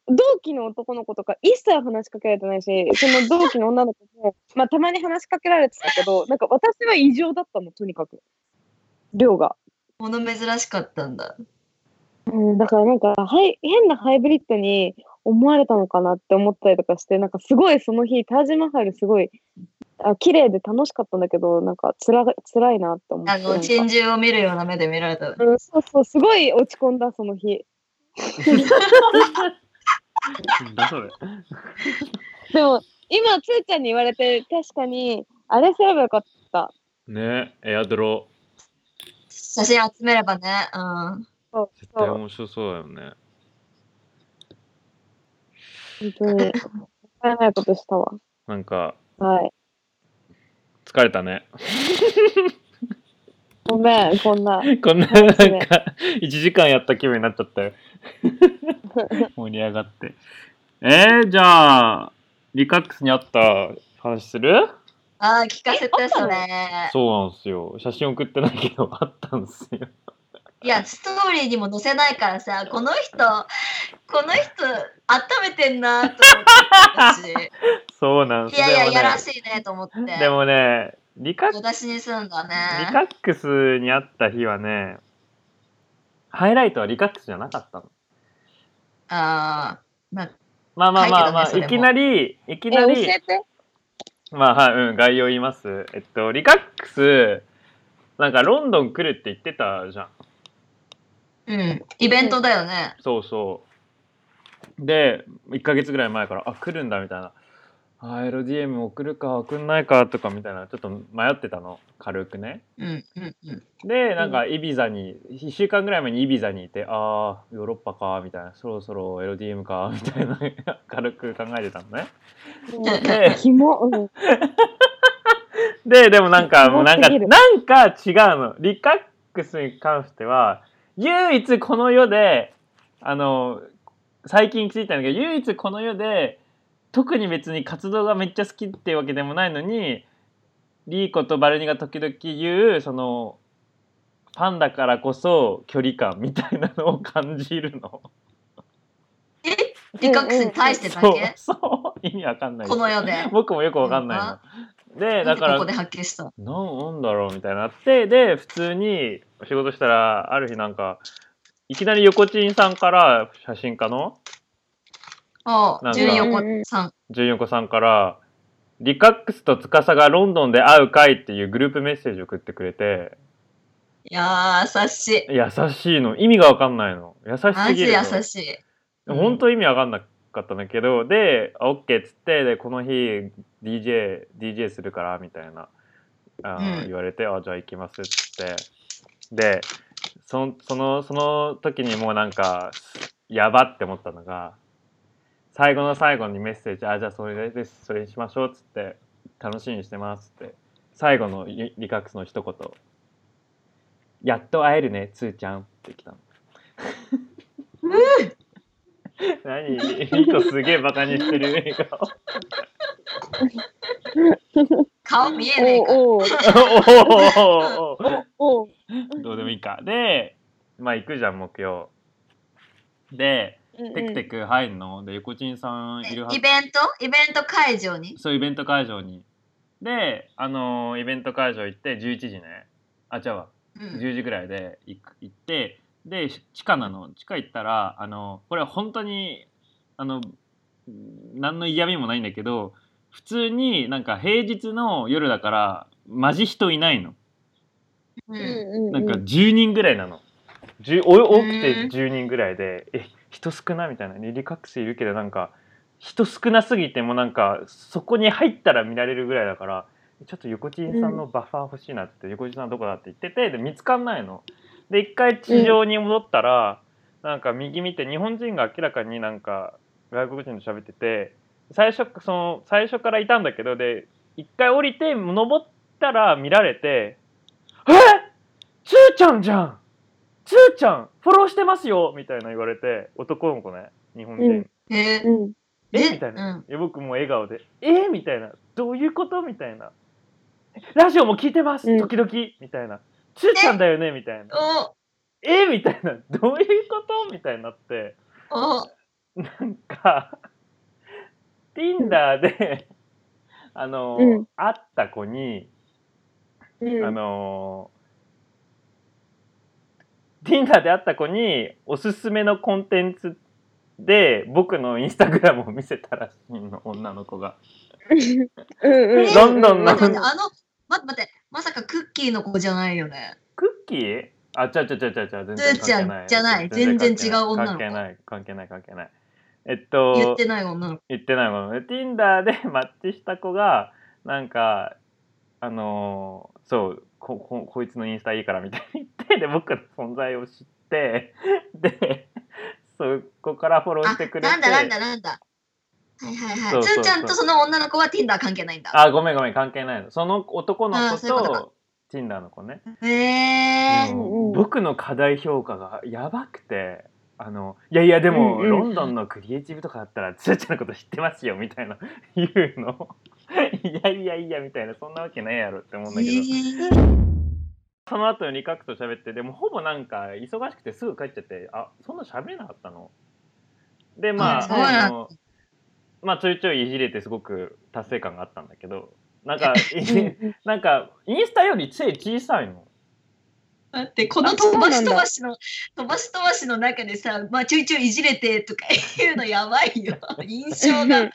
S2: 同期の男の子とか一切話しかけられてないし、その同期の女の子も、まあたまに話しかけられてたけど、なんか私は異常だったの、とにかく。量が。
S1: 物珍しかったんだ。
S2: うん、だからなんか、はい、変なハイブリッドに思われたのかなって思ったりとかして、なんかすごいその日、タージマハルすごい、あ綺麗で楽しかったんだけど、なんか辛が辛いなって思って。
S1: あ
S2: な
S1: の、
S2: んか
S1: 珍獣を見るような目で見られた。
S2: うん、そうそう、すごい落ち込んだ、その日。
S3: なんだそれ。
S2: でも、今、つーちゃんに言われて、確かに、あれすればよかった。
S3: ねエアドロ。
S1: 写真集めればね。うん。
S2: そう、
S3: 絶
S2: そ
S3: 対
S2: う
S3: 面白そうだよね。
S2: 本当に。考えないことしたわ。
S3: なんか、
S2: はい。
S3: 疲れたね。
S2: ごめん、こんな。
S3: こんな、なんか、1時間やった気分になっち ゃったよ。盛り上がって。えー、じゃあ、リカックスにあった話する
S1: ああ、聞かせて
S2: えあった
S1: そ
S2: の
S1: れ。
S3: そうなんですよ。写真送ってないけど、あ ったんですよ。
S1: いや、ストーリーにも載せないからさ、この人、この人、温めてんなと思って
S3: そうなんで
S1: 私。
S3: す
S1: いやいや、
S3: でもね
S1: やらしいねと思って。
S3: でもね、リカッ
S1: 小出しにすんだ
S3: リ
S1: ね。
S3: カックスにあった日はね、ハイライトはリカックスじゃなかったの。
S1: ああ、まあ、
S3: まあまあまあま
S1: はい
S3: あ、
S1: けどね
S3: いきなり、いき
S2: え、
S3: な
S2: 教
S3: り、
S2: えて。
S3: まあはい、うん、概要言います。えっと、リカックス、なんかロンドン来るって言ってたじゃん。
S1: うん、イベントだよね。
S3: そうそう。で、1ヶ月ぐらい前から、あ、来るんだみたいな。あ、LDM 送るか送んないかとかみたいな、ちょっと迷ってたの、軽くね。
S1: うん、うん、うん。
S3: でなんかイビザに、1週間ぐらい前にイビザにいてあーヨーロッパかみたいなそろそろ LDM かみたいな 軽く考えてたのね。
S2: うんキモ。うん。
S3: ででもなんかもうなんか
S2: すごすぎる
S3: なんか違うのリカックスに関しては唯一この世であの最近気づいたんだけど唯一この世で特に別に活動がめっちゃ好きっていうわけでもないのにリーコとバルニが時々言うそのファンだからこそ距離感みたいなのを感じるの。
S1: リカックスに対してだ
S3: そう
S1: け、
S3: そう意味わかんないです
S1: この世で。
S3: 僕もよくわかんないの。でだから
S1: ここで発見した。
S3: なんなんだろうみたいになってで普通に仕事したらある日なんかいきなり横ちんさんから写真家の
S1: あ
S3: な
S1: あ、
S3: んか
S1: 重横さん。
S3: 14子さんから「リカックスと司がロンドンで会う会」っていうグループメッセージを送ってくれて
S1: いやー、優しい。
S3: 優しいの意味がわかんないの優しす
S1: マ
S3: ぎ
S1: ジ
S3: るの
S1: 優しい。うん
S3: 本当意味わかんなかったんだけど、であ OK っつってでこの日 DJ, DJ するからみたいなあ
S1: う
S3: ー、
S1: ん
S3: 言われてあじゃあ行きますっつってでそそのその時にもうなんかやばって思ったのが最後の最後にメッセージ、あ、じゃあそれです、それにしましょうっつって、楽しみにしてますって、最後のリリカックスの一言、やっと会えるね、つーちゃんって来たの。 何 リコすげえバカにしてる映画。
S1: 顔見えねえから。
S2: おう
S3: おー
S2: おうおう
S3: どうでもいいか。で、まあ行くじゃん、木曜。で、テクテク入るので、横陣さんいるはず
S1: イ。ベントイベント会場に
S3: そう、イベント会場に。で、あのーイベント会場行って、11時ね。あ、違うわ。
S1: うん。
S3: 10時ぐらいで行く行って、で、し地下なの。地下行ったら、あのこれは本当に、あの、何の嫌味もないんだけど、普通になんか平日の夜だから、マジ人いないの。
S1: う
S2: うん
S1: ん
S2: うんうん
S3: なんか10人ぐらいなの。10お多く
S1: う
S3: て
S1: ん
S3: 10人ぐらいで、え、人少なみたいな。リリカックスいるけど、なんか、人少なすぎてもうなんか、そこに入ったら見られるぐらいだから、ちょっと横地さんのバッファー欲しいなって言って、横地さんどこだって言ってて、で、見つかんないの。で、一回地上に戻ったら、なんか右見て、日本人が明らかになんか、外国人と喋ってて、最初、その、最初からいたんだけど、で、一回降りて、登ったら見られて、えつーちゃんじゃんつーちゃんフォローしてますよみたいな言われて男の子ね日本人、
S2: うん
S1: えー
S2: うん
S3: えみたいな、
S1: うん
S3: いや僕もう笑顔でえみたいなどういうことみたいなラジオも聞いてます、
S2: うん
S3: 時々みたいなつーちゃんだよねみたいな
S1: お
S3: えみたいなどういうことみたいになって
S1: お
S3: なんか Tinder であの、
S2: うん
S3: 会った子に
S2: うん
S3: あのー、Tinder で会った子におすすめのコンテンツで僕のインスタグラムを見せたらしいの女の子
S2: う
S3: が。
S2: んうん
S3: どんどんな
S1: 待って待って、あの、待って待って、まさかクッキーの子じゃないよね。
S3: クッキーあ、ちゃちゃちゃちゃちゃ、全然関係ない。
S1: じゃない全然違う女の子
S3: 関係ない、関係ない、関係ない。えっ
S1: 言っ
S3: と、
S1: てない女の子。
S3: 言ってないものね。Tinder で マッチした子が、なんか、あのーそうここ、こいつのインスタいいからみたいに言って、で、僕の存在を知って、で、そこからフォロー
S1: あ
S3: してくれて。
S1: なんだなんだなんだ。はいはいは
S3: そう
S1: い。
S3: そう
S1: つ
S3: そう
S1: ーちゃんとその女の子は Tinder 関係ないんだ。
S3: あ、ごめんごめん、関係ないの。その男の
S1: あ
S3: 子
S1: ーそういうこと
S3: と、Tinder の子ね。
S1: へえ。
S2: うんうん
S3: 僕の課題評価がやばくてあのいやいやでも、
S2: うんうん
S3: ロンドンのクリエイティブとかだったらつーちゃんのこと知ってますよみたいな 言うのいやいやいやみたいなそんなわけないやろって思うんだけど、
S1: へ
S3: その後にリカクと喋ってでもほぼなんか忙しくてすぐ帰っちゃってあそんな喋れなかったのでま
S1: あそう
S3: あ
S1: な
S3: あ
S1: んだ
S3: のまあちょいちょいいじれてすごく達成感があったんだけどなんかいじなんかインスタより背小さいの。
S1: だってこの
S2: あそう
S1: 飛
S2: な
S1: ば
S2: んだ
S1: し飛ばしの飛ばし飛ばしの中でさ、まあ、ちょいちょいいじれてとか言うのやば いよ印象が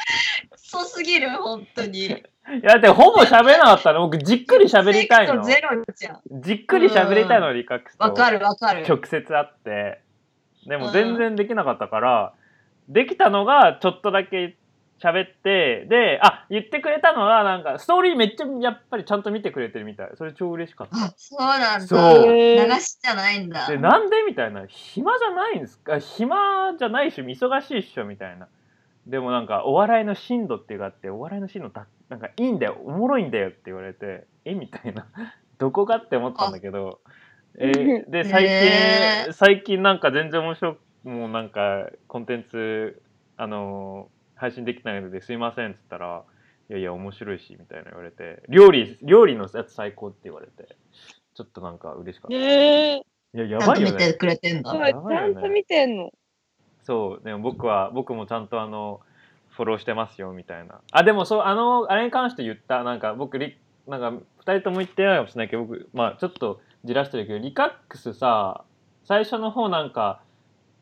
S1: そうすぎる本当に
S3: いやだってほぼ喋れなかったの僕じっくり喋りたいの
S1: セクトゼロじゃん
S3: じっくり喋りたいのに隠すと
S1: わかるわかる
S3: 直接会ってでも全然できなかったからできたのがちょっとだけ喋ってであ言ってくれたのがなんかストーリーめっちゃやっぱりちゃんと見てくれてるみたいそれ超嬉しかった。
S1: あそうなんだ
S3: そう
S1: 流しじゃないんだ
S3: でなんでみたいな暇じゃないんですか暇じゃないっしょ忙しいっしょみたいなでもなんかお笑いの進度っていうかあってお笑いの進度だなんかいいんだよおもろいんだよって言われてえみたいな どこがって思ったんだけど、えーで最近、
S1: へ
S3: 最近なんか全然面白くもうなんかコンテンツあのー配信できないのですいませんっつったら「いやいや面白いし」みたいな言われて料理料理のやつ最高って言われてちょっとなんか嬉しかった。
S2: え
S3: いやや
S1: ちゃん
S3: ばい
S1: と
S3: よ
S1: 見
S3: ね
S1: て。くれてんだ、
S2: そうちゃんと見てんの
S3: そう、でも僕は、僕もちゃんとあの、フォローしてますよ、みたいな。あ、でもそう、あの、あれに関して言った、なんか僕、リなんか、二人とも言ってないかもしれないけど、僕、まあ、ちょっとじらしてるけど、リカックスさ、最初の方なんか、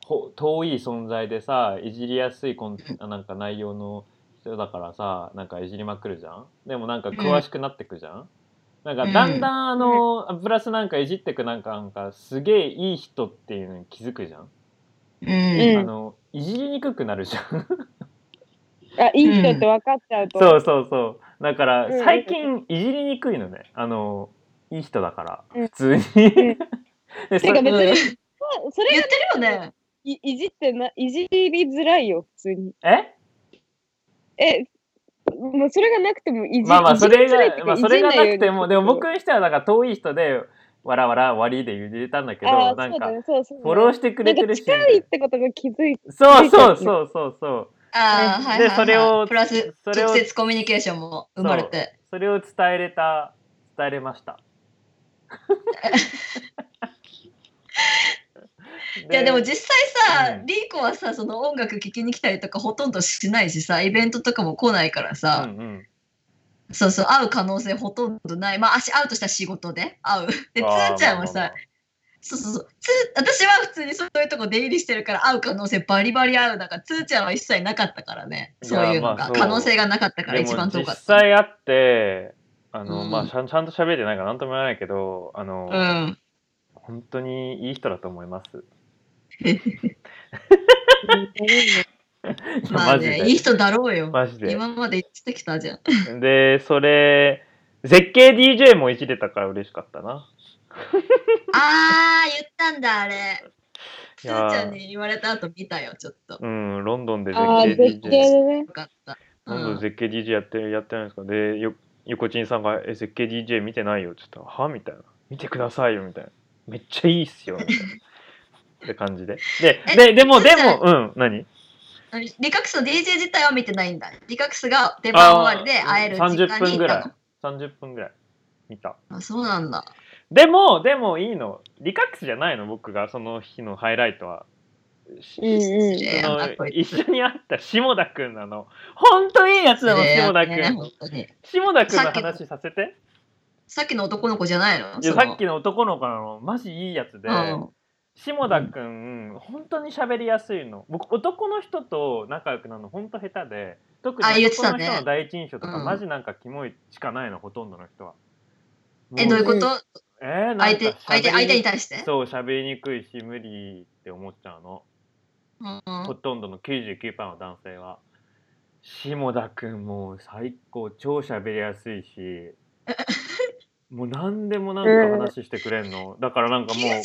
S3: ほ遠い存在でさ、いじりやすいコンあなんか内容の人だからさ、なんかいじりまくるじゃんでもなんか詳しくなってくじゃん、なんかだんだんあの、プラスなんかいじってくなんか、なんかすげえいい人っていうのに気づくじゃん
S1: うん、
S3: あのいじりにくくなるじゃん
S2: あいい人って分かっちゃうと
S3: そうそうそうだから
S2: うん
S3: 最近いじりにくいのねあのいい人だから
S2: うん
S3: 普通に
S2: ん てか
S3: でそ
S2: 別
S1: うん
S2: にそそれ
S1: 言っ
S2: が
S1: てるよね
S2: いいじってないじりづらいよ普通に
S3: え
S2: え、もうそれがなくてもいじ
S3: まあまあそれ
S2: いじらて
S3: が、
S2: か
S3: まあ、それがな
S2: い
S3: くてもで
S2: じん
S3: も
S2: なように
S3: 僕にしてはなんか遠い人でわらわらわりで言えたんだけ
S2: あー
S3: どなんか
S2: そうだねそうそう
S3: フォローしてくれてるし
S2: なんか近いってことが気づいて
S3: そうそうそうそうそう
S1: ああ、はいはい、はい。
S3: でそれを
S1: プラス、
S3: それを
S1: 直接コミュニケーションも生まれて。
S3: それを伝えれた伝えれ ました。
S1: いやでも実際さ、
S3: うん
S1: リーコはさその音楽聴きに来たりとかほとんどしないしさイベントとかも来ないから
S3: う
S1: さ、
S3: んうん、
S1: そうそう会う可能性ほとんどないまあ足会うとしたら仕事で会うでつーちゃんはさそうそうそうつー私は普通にそういうとこ出入りしてるから会う可能性バリバリ会うだからつーちゃんは一切なかったからね
S3: いや
S1: そういうの
S3: まあ
S1: が
S3: そう
S1: 可能性がなかった
S3: ま
S1: か
S3: あ
S1: ら
S3: まあまあ
S1: 一番
S3: で
S1: 遠
S3: も
S1: か
S3: 実
S1: った
S3: 際会ってあの、
S1: うん
S3: まあちゃんちゃんと喋ってないから何とも言わないけどあの、
S1: うん
S3: 本当にいい人だと思います。
S1: まあ
S3: マジ
S1: ね
S3: で
S1: いい人だろうよ
S3: マジで
S1: 今まで言ってきたじゃん
S3: でそれ絶景 DJ もいじれたから嬉しかったな。
S1: あー言ったんだあれつ
S3: いやー
S1: ーちゃんに言われた後見たよちょっと
S3: うんロンドンで絶
S2: ああ
S3: 景
S2: ー絶景
S3: DJ
S2: でね
S1: よかった。
S3: ロンドン絶景 DJ やってやってないんですかでよ横地さんが「え絶景 DJ 見てないよ」ちょっと「は?」みたいな「見てくださいよ」みたいな「めっちゃいいっすよ」みたいな。って感じで。で、
S1: え
S3: で、で
S1: そ
S3: も、
S1: し
S3: で
S1: たら
S3: も、うん、何
S1: うんリカクスの DJ 自体は見てないんだ。リカクスが出番終わりで会える時間
S3: 30
S1: に
S3: 分
S1: 行
S3: ぐ
S1: った
S3: ら
S1: の
S3: い。。30分ぐらい。見た。
S1: あそうなんだ。
S3: でも、でもいいの。リカックスじゃないの、僕が、その日のハイライトは。し
S2: うんうん
S1: え
S3: そ
S1: えな
S3: の
S1: こい
S3: 一緒に会った下田くんなの。ほんといいやつなの、
S1: ええ
S3: 下田く
S1: ね
S3: ん
S1: 本。当に
S3: 下田くん
S1: さ
S3: の
S1: っきの
S3: 話させて。
S1: さっきの男の子じゃないの
S3: いや
S1: その
S3: さっきの男の子なのマジいいやつで、
S1: うん
S3: 下田くん本当に喋りやすいの僕男の人と仲良くなるの本当下手で特
S1: あ
S3: に
S1: 言ってた
S3: 男の
S1: ね
S3: 人の第一印象とか、
S1: うん
S3: マジなんかキモいしかないのほとんどの人は
S1: え、どういうこ
S2: うん
S1: と
S3: えーなんか
S1: 相手相手
S3: 喋り
S1: 相手に対して
S3: そう喋りにくいし無理って思っちゃうの
S1: うん
S3: ほとんどの99%の男性は下田くんもう最高超喋りやす いしもう何でもなんか話してくれんの、だからなんかもう
S1: 99%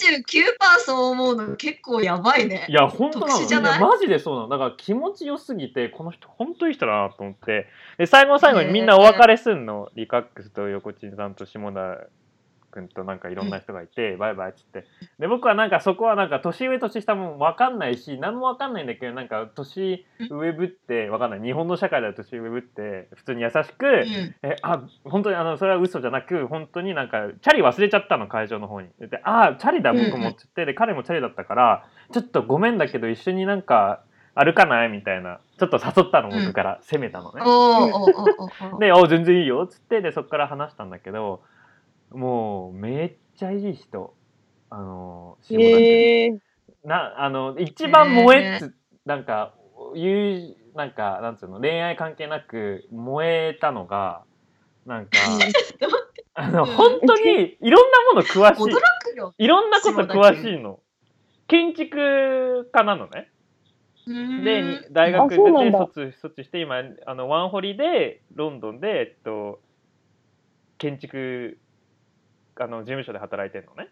S1: そう思うの結構やばいね
S3: い。や、本当なの
S1: 特殊じゃない
S3: いやマジでそうなの。だから気持ちよすぎて、この人、本当いい人だなと思って。で、最後の最後にみんなお別れすんの。リカックスと横地さんと下田君となんかいろんな人がいて、バイバイっつって。で、僕はなんかそこはなんか年上年下もわかんないし、何もわかんないんだけど、なんか年上ぶって、わかんない。日本の社会では年上ぶって、普通に優しく、
S1: うん
S3: えあ本当にあのそれは嘘じゃなく本当になんかチャリ忘れちゃったの会場の方にでああチャリだ僕
S1: うん
S3: もっつってで彼もチャリだったからちょっとごめんだけど一緒になんか歩かないみたいなちょっと誘ったの
S1: うん
S3: 僕から攻めたのね、
S1: おーおーおー おー
S3: で「あ全然いいよ」っつってでそっから話したんだけどもうめっちゃいい人あの下田君
S2: ええ
S3: なあの一番燃えっつ、なんかいうなんかなんつうの恋愛関係なく燃えたのがなんかあの
S1: うん
S3: 本当にいろんなもの詳し
S1: 驚
S3: い
S1: くよ。
S3: いろんなこと詳しいの建築家なのねでに
S1: で、
S3: 大学
S2: あそうな
S3: で
S2: んだ
S3: 卒卒して今あのワンホリでロンドンで、えっと、建築あの事務所で働いてるのね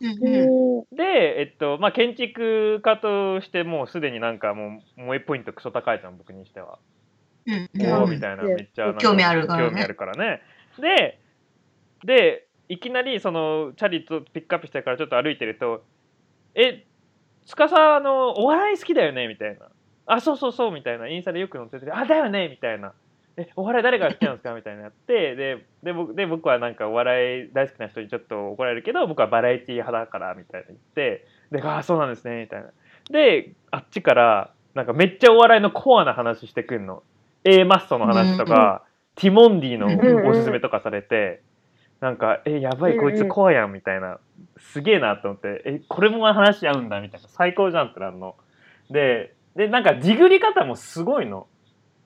S1: うん
S2: ー
S1: うん
S3: で、えっとまあ、建築家としてもうすでになんかもう萌えポイントクソ高いじゃん僕にしては。
S1: うん
S3: お
S1: うん
S3: ーみたいなめっちゃなんか
S1: 興味あるからね
S3: 興味あるからね。ででいきなりそのチャリとピックアップしてからちょっと歩いてると「え司あのお笑い好きだよね」みたいな「あそうそうそう」みたいなインスタでよく載ってて「あだよね」みたいな「えお笑い誰が好きなんですか?」みたいなやってでで僕で僕はなんかお笑い大好きな人にちょっと怒られるけど僕はバラエティ派だからみたいな言ってで「ああそうなんですね」みたいな。であっちからなんかめっちゃお笑いのコアな話してくんの A マッソの話とか、ティモンディのおすすめとかされて、なんか「えやばいこいつコアやん」みたいなすげえなと思って「えこれも話し合うんだ」みたいな最高じゃんってなるの。ででなんかディグり方もすごいの。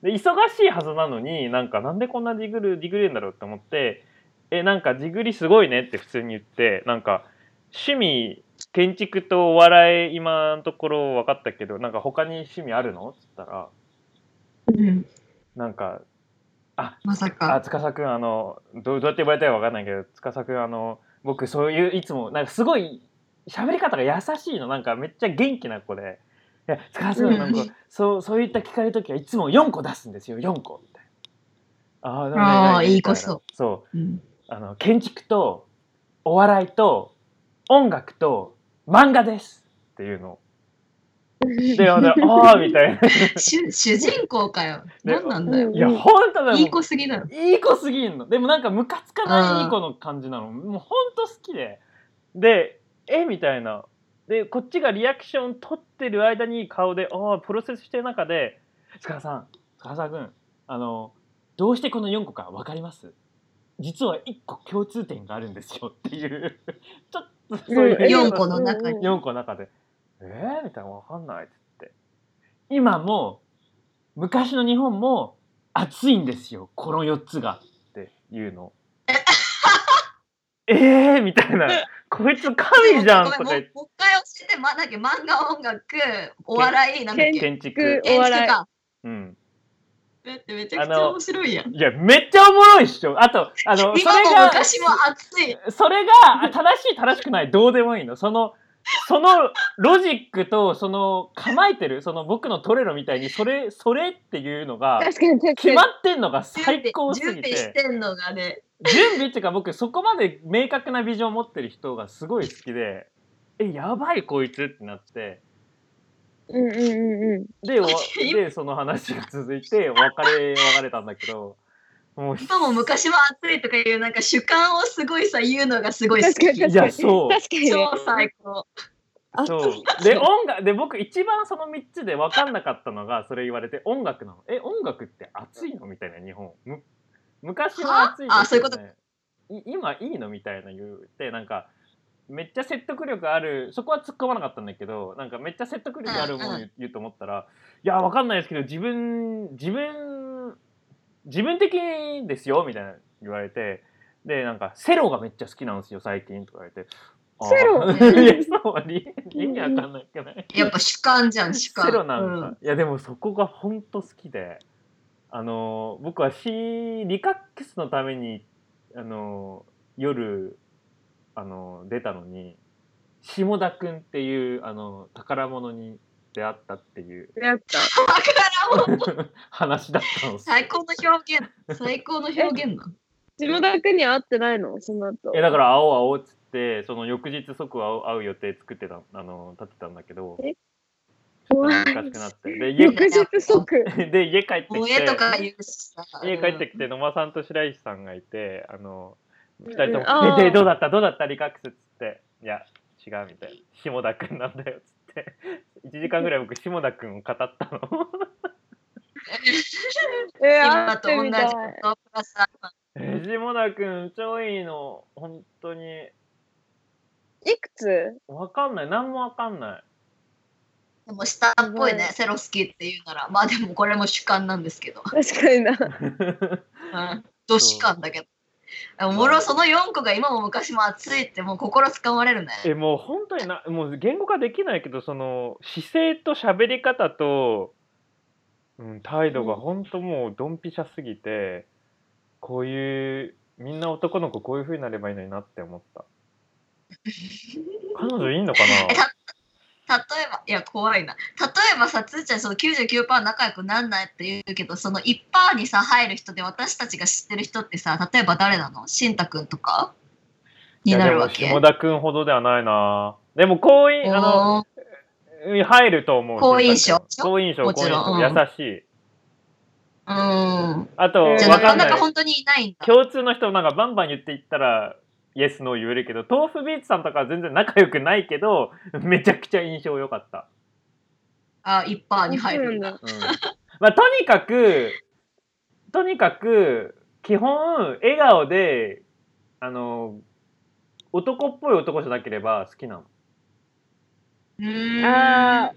S3: で忙しいはずなのになんかなんでこんなディグるディグれるんだろうって思って「えなんかディグりすごいね」って普通に言ってなんか趣味建築とお笑い今のところ分かったけどなんか他に趣味あるのっつったら
S1: うん
S3: なんか「あ
S1: まさ
S3: あ
S1: か。
S3: 司君あのどうどうやって呼ばれたか分かんないけど司君あの僕そういういつもなんかすごい喋り方が優しいのなんかめっちゃ元気な子でやカズはなんか、
S1: うん
S3: そうそういった聞かれるときはいつも4個出すんですよ4個みたいな。あーなん
S1: あー
S3: なん。
S1: いい子そう
S3: そう
S1: うん
S3: あの建築とお笑いと音楽と漫画ですっていうの。で、でああみたいな。
S1: 主主人公かよ。
S3: で
S1: 何なんだよ。
S3: いや本当だよ。
S1: いい子すぎだろ。
S3: いい子すぎんのでもなんかムカつか
S1: う
S3: なんいいい子の感じなのもうほんと好きででえみたいなでこっちがリアクション取ってる間に顔でああプロセスしてる中で「塚田さん塚田さん君あのどうしてこの4個か分かります実は1個共通点があるんですよ」っていう ちょっとそういう
S1: うん四個の中に
S3: 4個の中で「えー?」みたいな「わかんない」っつって今も昔の日本も暑いんですよこの4つがっていうのえーみたいな「こいつ神じゃん」とか
S1: ごめ
S3: 言っ
S1: ん
S3: て
S1: もうもう一回教えて、まあ、なんだっけ漫画音楽お笑いなんだっけ
S3: 建築
S2: お笑い
S1: か。
S3: うん
S1: えめちゃくちゃ面白いやん。
S3: いやめっちゃおもろいっしょあとあのそれ
S1: 今も
S3: が
S1: 昔も熱い。
S3: それがあ正しい正しくないどうでもいいのそのそのロジックとその構えてるその僕のトレロみたいにそれそれっていうのが
S2: 確かに確
S3: 決
S2: か
S3: まってんのが最高すぎ
S1: 準備しててんのがね。
S3: 準備っていうか僕そこまで明確なビジョンを持ってる人がすごい好きでえやばいこいつってなって
S2: に。うんうんうんうん。
S3: でおでその話が続いてお別れ別れたんだけどもう
S1: 今も昔も熱いとかいうなんか主観をすごいさ言うのがすごい好
S2: 確かに
S1: き。
S2: 確か
S3: いや
S2: に。
S3: そう
S2: 確かにね。
S1: 超最高。
S3: そうで音楽で僕一番その3つで分かんなかったのがそれ言われて音楽なのえ音楽って熱いのみたいな日本む昔は熱い
S1: はあそういうこと
S3: い今いいのみたいな言うてなんかめっちゃ説得力あるそこは突っ込まなかったんだけどなんかめっちゃ説得力あるも
S1: うん
S3: の
S1: う
S3: 言う,、と思ったらいや分かんないですけど自分自分自分的にですよみたいな言われてでなんかセロがめっちゃ好きなんですよ最近とか言われて。あー
S2: セロ
S3: いやそう理意味わかんないくない
S1: やっぱ主観じゃん主観。
S3: セロなん
S1: う
S3: だ、いやでもそこがほんと好きであのー僕はシーリカックスのためにあのー夜あのー出たのに下田くんっていうあのー宝物に出会ったっていう
S2: やった。
S1: だからもう
S3: 話だったの
S1: 最高の表現。 最高の表現なの。
S2: 下田君には会ってないのその後。
S3: えだから会おう会おうっつってその翌日即会う会う予定作ってたあのー立ってたんだけど
S2: え
S3: ちょっと難しくなってで家
S2: 翌日即。
S3: で家帰ってき
S1: 萌
S3: て
S1: えとか言うしさ。
S3: 家帰ってきて野間さんと白石さんがいてあの
S2: うん
S3: 二人とも
S2: あ
S3: 「
S2: ー
S3: ででどうだったどうだったリカックス」っつって「いや違う」みたいな「下田くんなんだよ」っつって1時間ぐらい僕下田くんを語ったの
S2: え
S1: 今と同じことプラスアルファ
S3: え下田くん超いいの本当に
S2: いくつ
S3: わかんない何もわかんない
S1: でも下っぽいね
S2: う、ん
S1: セロ好きっていうなら、まあでもこれも主観なんですけど、
S2: 確かにな。
S1: うん、ど主観だけど。おもろその4個が今も昔も熱いってもう心つかまれるね。
S3: えもう本当になもう言語化できないけどその姿勢と喋り方と、うん、態度が本当もうドンピシャすぎてこういうみんな男の子こういう風になればいいのになって思った彼女いいのか
S1: えた例えばいや怖いな例えばさつーちゃんその99%仲良くなんないって言うけどその1%にさ入る人で私たちが知ってる人ってさ例えば誰なのしんたくんとか
S3: な
S1: に
S3: い
S1: な
S3: やで
S1: る
S3: も
S1: わけ
S3: 下田くんほどではないなでも好印あの
S1: おー
S3: うん入ると思う
S1: 好印象
S3: 好印象好
S1: も
S3: 印
S1: ちろん
S3: 象
S1: うん
S3: 優しい
S1: うん
S3: あ
S2: え
S3: とわ
S2: ー
S1: じゃあな
S3: か
S1: か
S3: んな
S1: ないか本当にいないんだ。
S3: 共通の人なんかバンバン言っていったらイエスノー言えるけど豆腐ビーツさんとかは全然仲良くないけどめちゃくちゃ印象良かった、
S1: あ1%に入るんだ。
S3: うん まあ、とにかくとにかく基本笑顔であの男っぽい男じゃなければ好きな
S1: うーん
S2: ああ、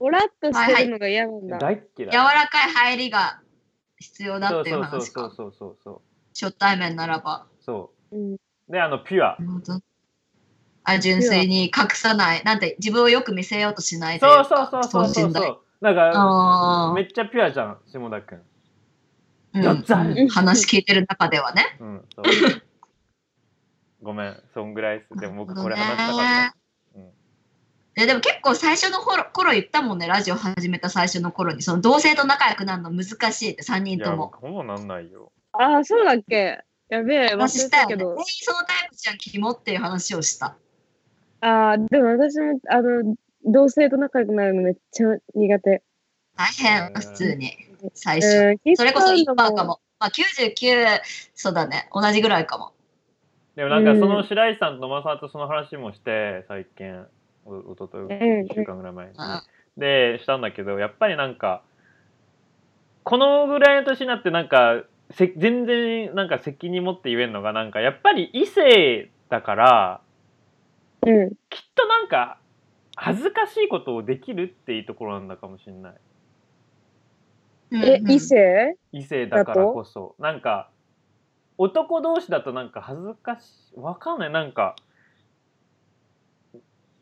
S2: おらっとしてるのが嫌なん
S3: の
S2: だ。
S3: 大っ嫌い
S1: 柔らかい入りが必要だっていう
S3: そう
S1: 話
S3: そう
S1: か。
S3: そうそうそう
S1: 初対面ならば。
S3: そ
S2: うん
S3: うであのピュア
S1: なるほどあ純粋に隠さない。なんて自分をよく見せようとしないとい
S3: そう
S1: か
S3: そうそうそう
S1: 等
S3: そう
S1: 身大
S3: そうなんか
S1: あ
S3: めっちゃピュアじゃん下田君
S1: ー
S3: やった
S1: うんうん話聞いてる中では ね。
S3: うん、そう。ごめん、そんぐらいです。でも僕これ話したかっ
S1: なる
S3: た。うん、
S1: ででも結構最初の頃頃言ったもんねラジオ始めた最初の頃にその同性と仲良くなるの難しいって3
S3: い
S1: 人
S3: や、
S1: とも
S3: 僕もなんないよ。
S2: ああ、そうだっけやべえ、忘
S1: 話
S2: れ
S1: した
S2: た
S1: よね
S2: け
S1: 全
S2: ど
S1: 員。そのタイプじゃんキモっていう話をした
S2: ああ、でも私も、あの、同性と仲良くなるのめっちゃ苦手。
S1: 大
S3: う
S1: 変
S3: ん
S1: 普通に最初、
S2: うん
S1: それこそ
S2: ヒ
S1: 1
S2: ップホ
S1: パ
S2: ッ
S1: ー
S2: プ
S1: かも、まあ、99そうだね同じぐらいかも
S3: でもなんか
S2: うん
S3: その白石さんと野間さんとその話もして、最近、おおととい、
S2: ん
S3: 1週間ぐらい前に。
S1: うん
S3: で、したんだけど、やっぱりなんか、このぐらいの年になってなんか、せ全然なんか責任持って言えるのがなんかやっぱり異性だから
S2: うん。
S3: きっとなんか恥ずかしいことをできるっていうところなんだかもしれない
S2: え
S1: う、ん
S2: 異性
S3: 異性だからこそなんか男同士だとなんか恥ずかしいわかんないなんか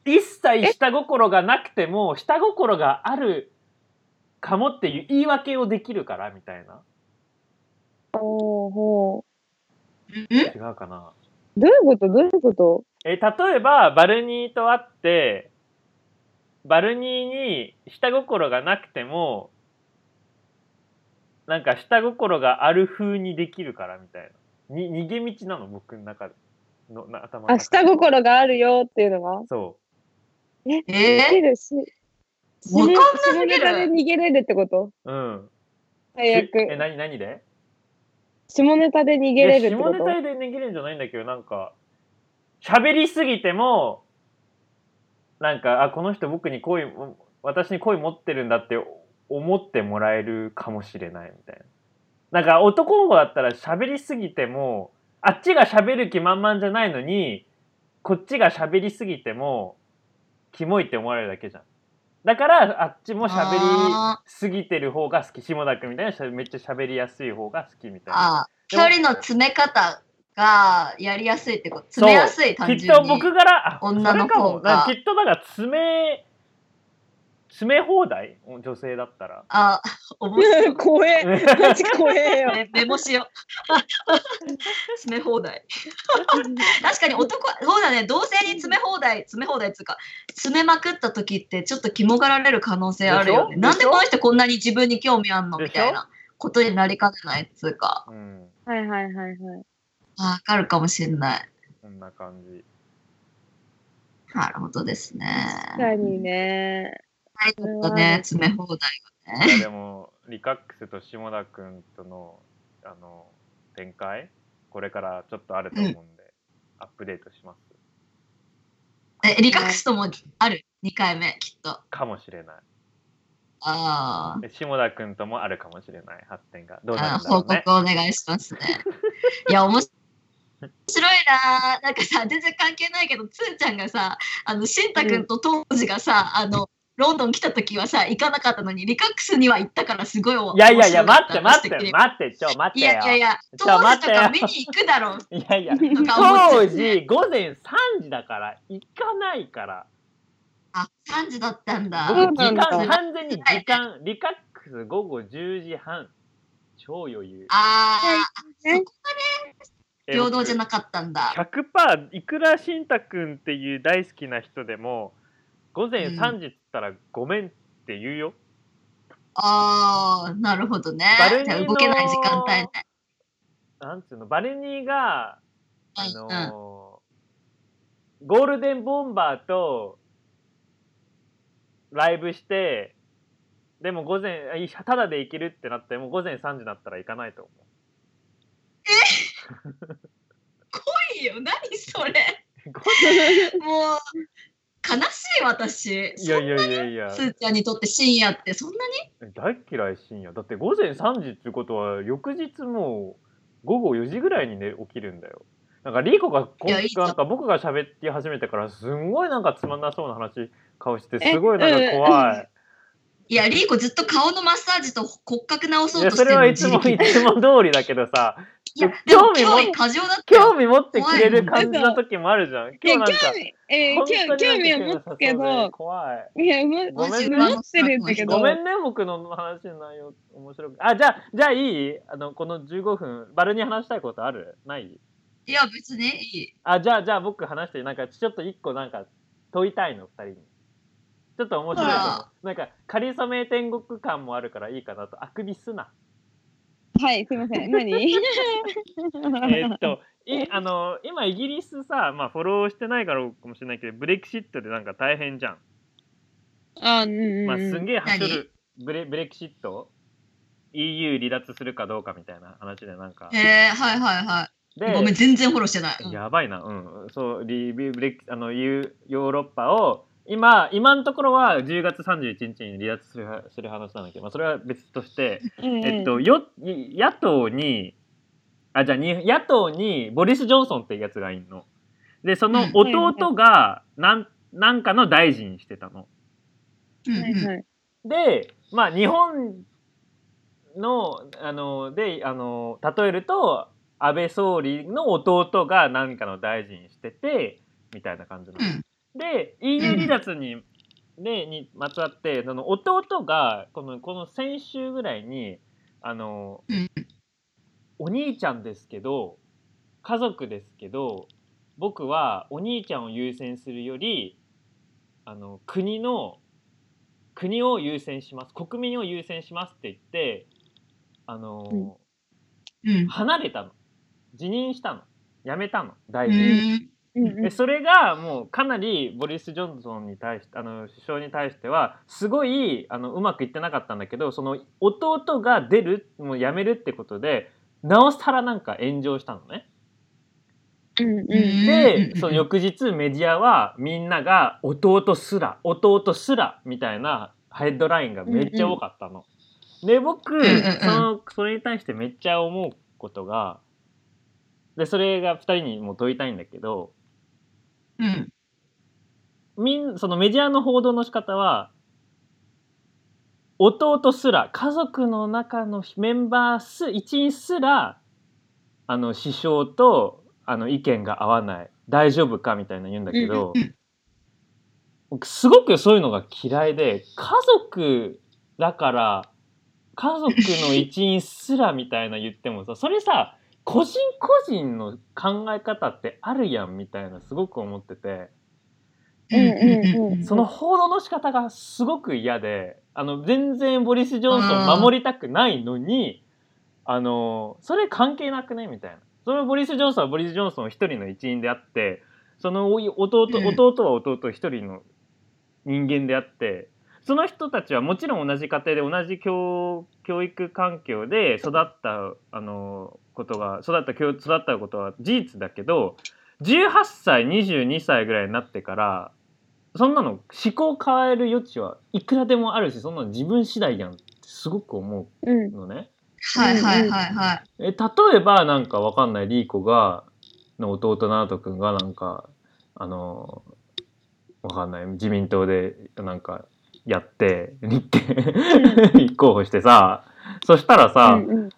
S3: 一切下心がなくても下心があるかもっていう言い訳をできるからみたいな
S2: ほうほ
S1: うん
S3: 違うかな
S2: う。どういうことどういうこと
S3: え例えばバルニーと会ってバルニーに下心がなくてもなんか下心がある風にできるからみたいなに逃げ道なの僕の中でのな頭の中
S2: あ、下心があるよっていうのが
S3: そ
S1: え
S2: でるし。
S1: わかんなすぎる
S2: 下ネタで逃げれるってこと
S3: ううん
S2: 最悪。
S3: え何何で
S2: 下ネタで逃げれるってこ
S3: 下ネ
S2: と
S3: タで逃げれるんじゃないんだけどなんか喋りすぎてもなんかあこの人僕に好意私に好意持ってるんだって思ってもらえるかもしれないみたいななんか男の子だったら喋りすぎてもあっちが喋る気満々じゃないのにこっちが喋りすぎてもキモいって思われるだけじゃんだからあっちも喋り
S1: あ
S3: すぎてる方が好き下田君みたいなしゃめっちゃ喋りやすい方が好きみたいな
S1: あ距離の詰め方がやりやすいってこと
S3: そう
S1: 詰めやすい単純に
S3: きっと僕からあ
S1: 女の
S3: それかも
S1: 方が
S3: なきっとだから詰め詰め放題女性だっ たら
S1: あ面白い
S2: 怖え。マジ怖えよ。
S1: メメモしよ う。詰め放題。 確かに男は、そうだね、同性に詰め放題、詰め放題っつうか、詰めまくった時ってちょっと肝がられる可能性あるよね。
S3: でしょ
S1: なんでこの人こんなに自分に興味あんの
S3: でし
S1: み
S3: ょ
S1: たいなことになりかねないっつうか、
S3: うん
S2: はいはいはいはい。
S1: わかるかもしれない。
S3: こんな感じ
S1: なるほどですね。
S2: 確かにね。
S1: はい、ちょっとね、詰め放題。
S3: いやでもリカックスと下田君とのあの展開これからちょっとあると思うんで、アップデートします
S1: え、リカックスともある ?2 回目、きっと。
S3: かもしれない
S1: あー
S3: で下田君ともあるかもしれない発展がどうな
S1: あ
S3: るん
S1: ー。
S3: だろ
S1: 報
S3: うね
S1: 告お願いしますね。いや、面白いなーなんかさ、全然関係ないけど、つーちゃんがさ、あの、しんたくんと当時がさ、あの、ロンドン来た時はさ、行かなかったのに、リカックスには行ったからすごい面
S3: いやいやいや
S1: 白かた
S3: 待って待
S1: 話し
S3: って
S1: てくれ
S3: 待ってちょ待って
S1: い
S3: よ
S1: やいやいや、
S3: ちょ
S1: 当時
S3: 待っ
S1: と
S3: てよ
S1: か見に行くだろう
S3: いやいや
S1: とか思
S3: 当
S1: っちゃう。
S3: 時午前3時だから行かないから
S1: あ、3時だったんだ。
S2: そう
S3: 僕
S2: な
S3: 時
S2: んだ
S3: 間完全に時間リカックス午後10時半超余裕
S1: あー、
S2: はい
S1: そこが平等じゃなかったんだ。
S3: 100%いくらしんたくんっていう大好きな人でも午前
S1: うん
S3: 3時っつったらごめんって言うよ、
S1: あー、なるほどね
S3: バル。
S1: じ
S3: ニー
S1: ゃあ
S3: の
S1: 動けない時間帯ね。
S3: なんつうのバルニーがあ
S1: う
S3: の
S1: ん
S3: ーゴールデンボンバーとライブしてでも午前あいただで行けるってなってもう午前3時になったら行かないと思う
S1: いいよ、何それ。もう、悲しい私。
S3: いやいやいやいや
S1: すーちゃんにとって深夜ってそんなに
S3: 大嫌い深夜だって午前3時っていうことは翌日もう午後4時ぐらいに、ね、起きるんだよなんかリーコがこ
S1: いやいいじゃん
S3: なんか僕が喋り始めてからすんごいなんかつまんなそうな話顔して
S2: え
S3: すごいなんか怖い、
S1: いや、リーコずっと顔のマッサージと骨格直そ
S3: いうや
S1: とし
S3: そ
S1: て
S3: れ
S1: る
S3: はいつも
S1: 自
S3: い
S1: 力
S3: つも通りだけどさ
S1: いや、で
S3: 興
S1: も
S3: 味
S1: 興
S3: も
S1: 味過剰だったよ。
S3: 興味持ってくれる感じの時もあるじゃん
S2: いや、
S3: 今
S2: 興
S3: 日なんか
S2: 味、えー、興
S3: 本当
S2: 興
S3: に
S2: 味は
S3: なんか
S2: 持つけ
S3: 興味な
S2: ど
S3: さそうで、怖い
S2: いや、も
S3: ごめんね
S2: 持ってるんだけど
S3: ごめんね、僕の話の内容、面白く。あ、じゃあ、じゃあいいあの、この15分、バルに話したいことあるない
S1: いや、別にいい。
S3: あ、じゃあ、じゃあ僕話して、なんか、ちょっと一個なんか、問いたいの、二人に。ちょっと面白いと思う。なんか、かりそめ天国感もあるからいいかなと。あくび すな。
S2: はい、すいません。何
S3: えーっと、いあの今イギリスさ、まあ、フォローしてないからかもしれないけど、ブレクシットでなんか大変じゃん。
S2: あ、うんうんうん。
S3: まあ、すんげえ走るブレブレクシット EU 離脱するかどうかみたいな話でなんか。
S1: えー、はいはいは
S3: で
S1: い。ごめん、全然フォローしてない。うん
S3: やばいな、うん、そう、リビブレックあのユーヨーロッパを、今、今のところは10月31日に離脱するはする話なんだけど、まあ、それは別として、
S2: うん
S3: えっと、よ野党に、あ、じゃあに、野党にボリス・ジョンソンっていうやつがいんの。で、その弟が、なん、なんかの大臣してたの。
S1: うん
S2: はい
S1: うん
S2: はい。
S3: で、まあ、日本の、あの、で、あの、例えると、安倍総理の弟が何かの大臣してて、みたいな感じなの。で、EU 離脱に、で、にまつわって、その弟が、この、この先週ぐらいに、あの、
S1: うん
S3: お兄ちゃんですけど、家族ですけど、僕はお兄ちゃんを優先するより、あの、国の、国を優先します、国民を優先しますって言って、あの、
S2: うん
S1: うん。
S3: 離れたの。辞任したの。辞めたの。大
S1: う
S3: 臣。
S1: ん。
S2: うんう
S3: でそれがもうかなりボリス・ジョンソンに対してあの首相に対してはすごいあのうまくいってなかったんだけどその弟が出るもう辞めるってことでなおさらなんか炎上したのね。
S2: んうんうん。
S1: うん
S3: でその翌日メディアはみんなが「弟すら弟すら」みたいなヘッドラインがめっちゃ多かったの。で僕
S1: んうん
S3: そのそれに対してめっちゃ思うことがでそれが2人にも問いたいんだけど。
S1: うん。
S3: みんそのメディアの報道の仕方は弟すら家族の中のメンバーす一員すらあの師匠とあの意見が合わない大丈夫かみたいな言うんだけど
S1: うんうん
S3: 僕すごくそういうのが嫌いで家族だから家族の一員すらみたいな言ってもさ それさ個人個人の考え方ってあるやんみたいなすごく思ってて。
S1: うんうんうん。
S3: その報道の仕方がすごく嫌で、あの、全然ボリス・ジョンソン守りたくないのに、あの、それ関係なくねみたいな。それはボリス・ジョンソンはボリス・ジョンソン一人の一員であって、そのおい弟、
S1: うん
S3: 弟は弟一人の人間であって、その人たちはもちろん同じ家庭で同じ教教育環境で育ったあのことが育った教育育ったことは事実だけど18歳22歳ぐらいになってからそんなの思考変える余地はいくらでもあるしそんなの自分次第やんってすごく思
S2: うん
S3: う。のね。
S1: はいはいはいはい。
S3: え例えばなんかわかんないリーコがの弟直人君がなんかあのわかんない自民党でなんかやって 立憲 立候補してさそしたらさ、
S2: うんうん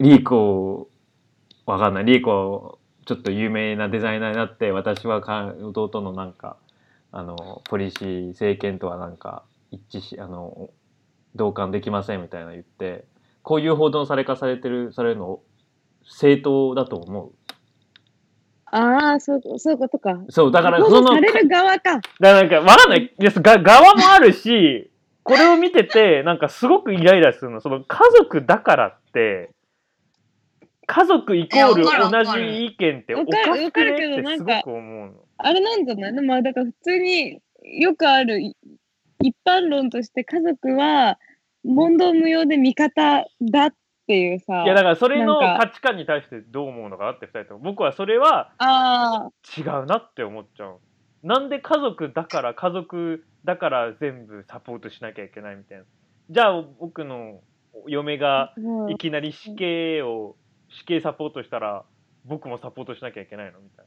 S3: リーコわかんないリーコちょっと有名なデザイナーになって私はか弟のなんかあのポリシー政権とはなんか一致しあの同感できませんみたいな言ってこういう報道のされかされてるされるの正当だと思
S2: ああ、そうそういうことか。
S3: うそうだから
S2: 報
S3: そ
S2: 道
S3: の
S2: され
S3: だ
S2: る側か。
S3: からなんかわかんないですが側もあるしこれを見ててなんかすごくイライラするのその家族だからって家族イコール
S1: いやわかるわ
S3: 同
S1: かる
S3: じ意見っておかし
S2: わか
S3: くね
S2: るわかるけど
S3: って
S2: な
S3: すご
S2: んか
S3: く思うの。
S2: あれなんじゃないまあだから普通によくあるい一般論として家族は問答無用で味方だっていうさ
S3: いやだからそれの
S2: なんか
S3: 価値観に対してどう思うのかなって2人とも僕はそれは
S2: あ
S3: 違うなって思っちゃうなんで家族だから家族だから全部サポートしなきゃいけないみたいなじゃあ僕の嫁が
S2: あ、うん
S3: いきなり死刑を死刑サポートしたら僕もサポートしなきゃいけないのみたい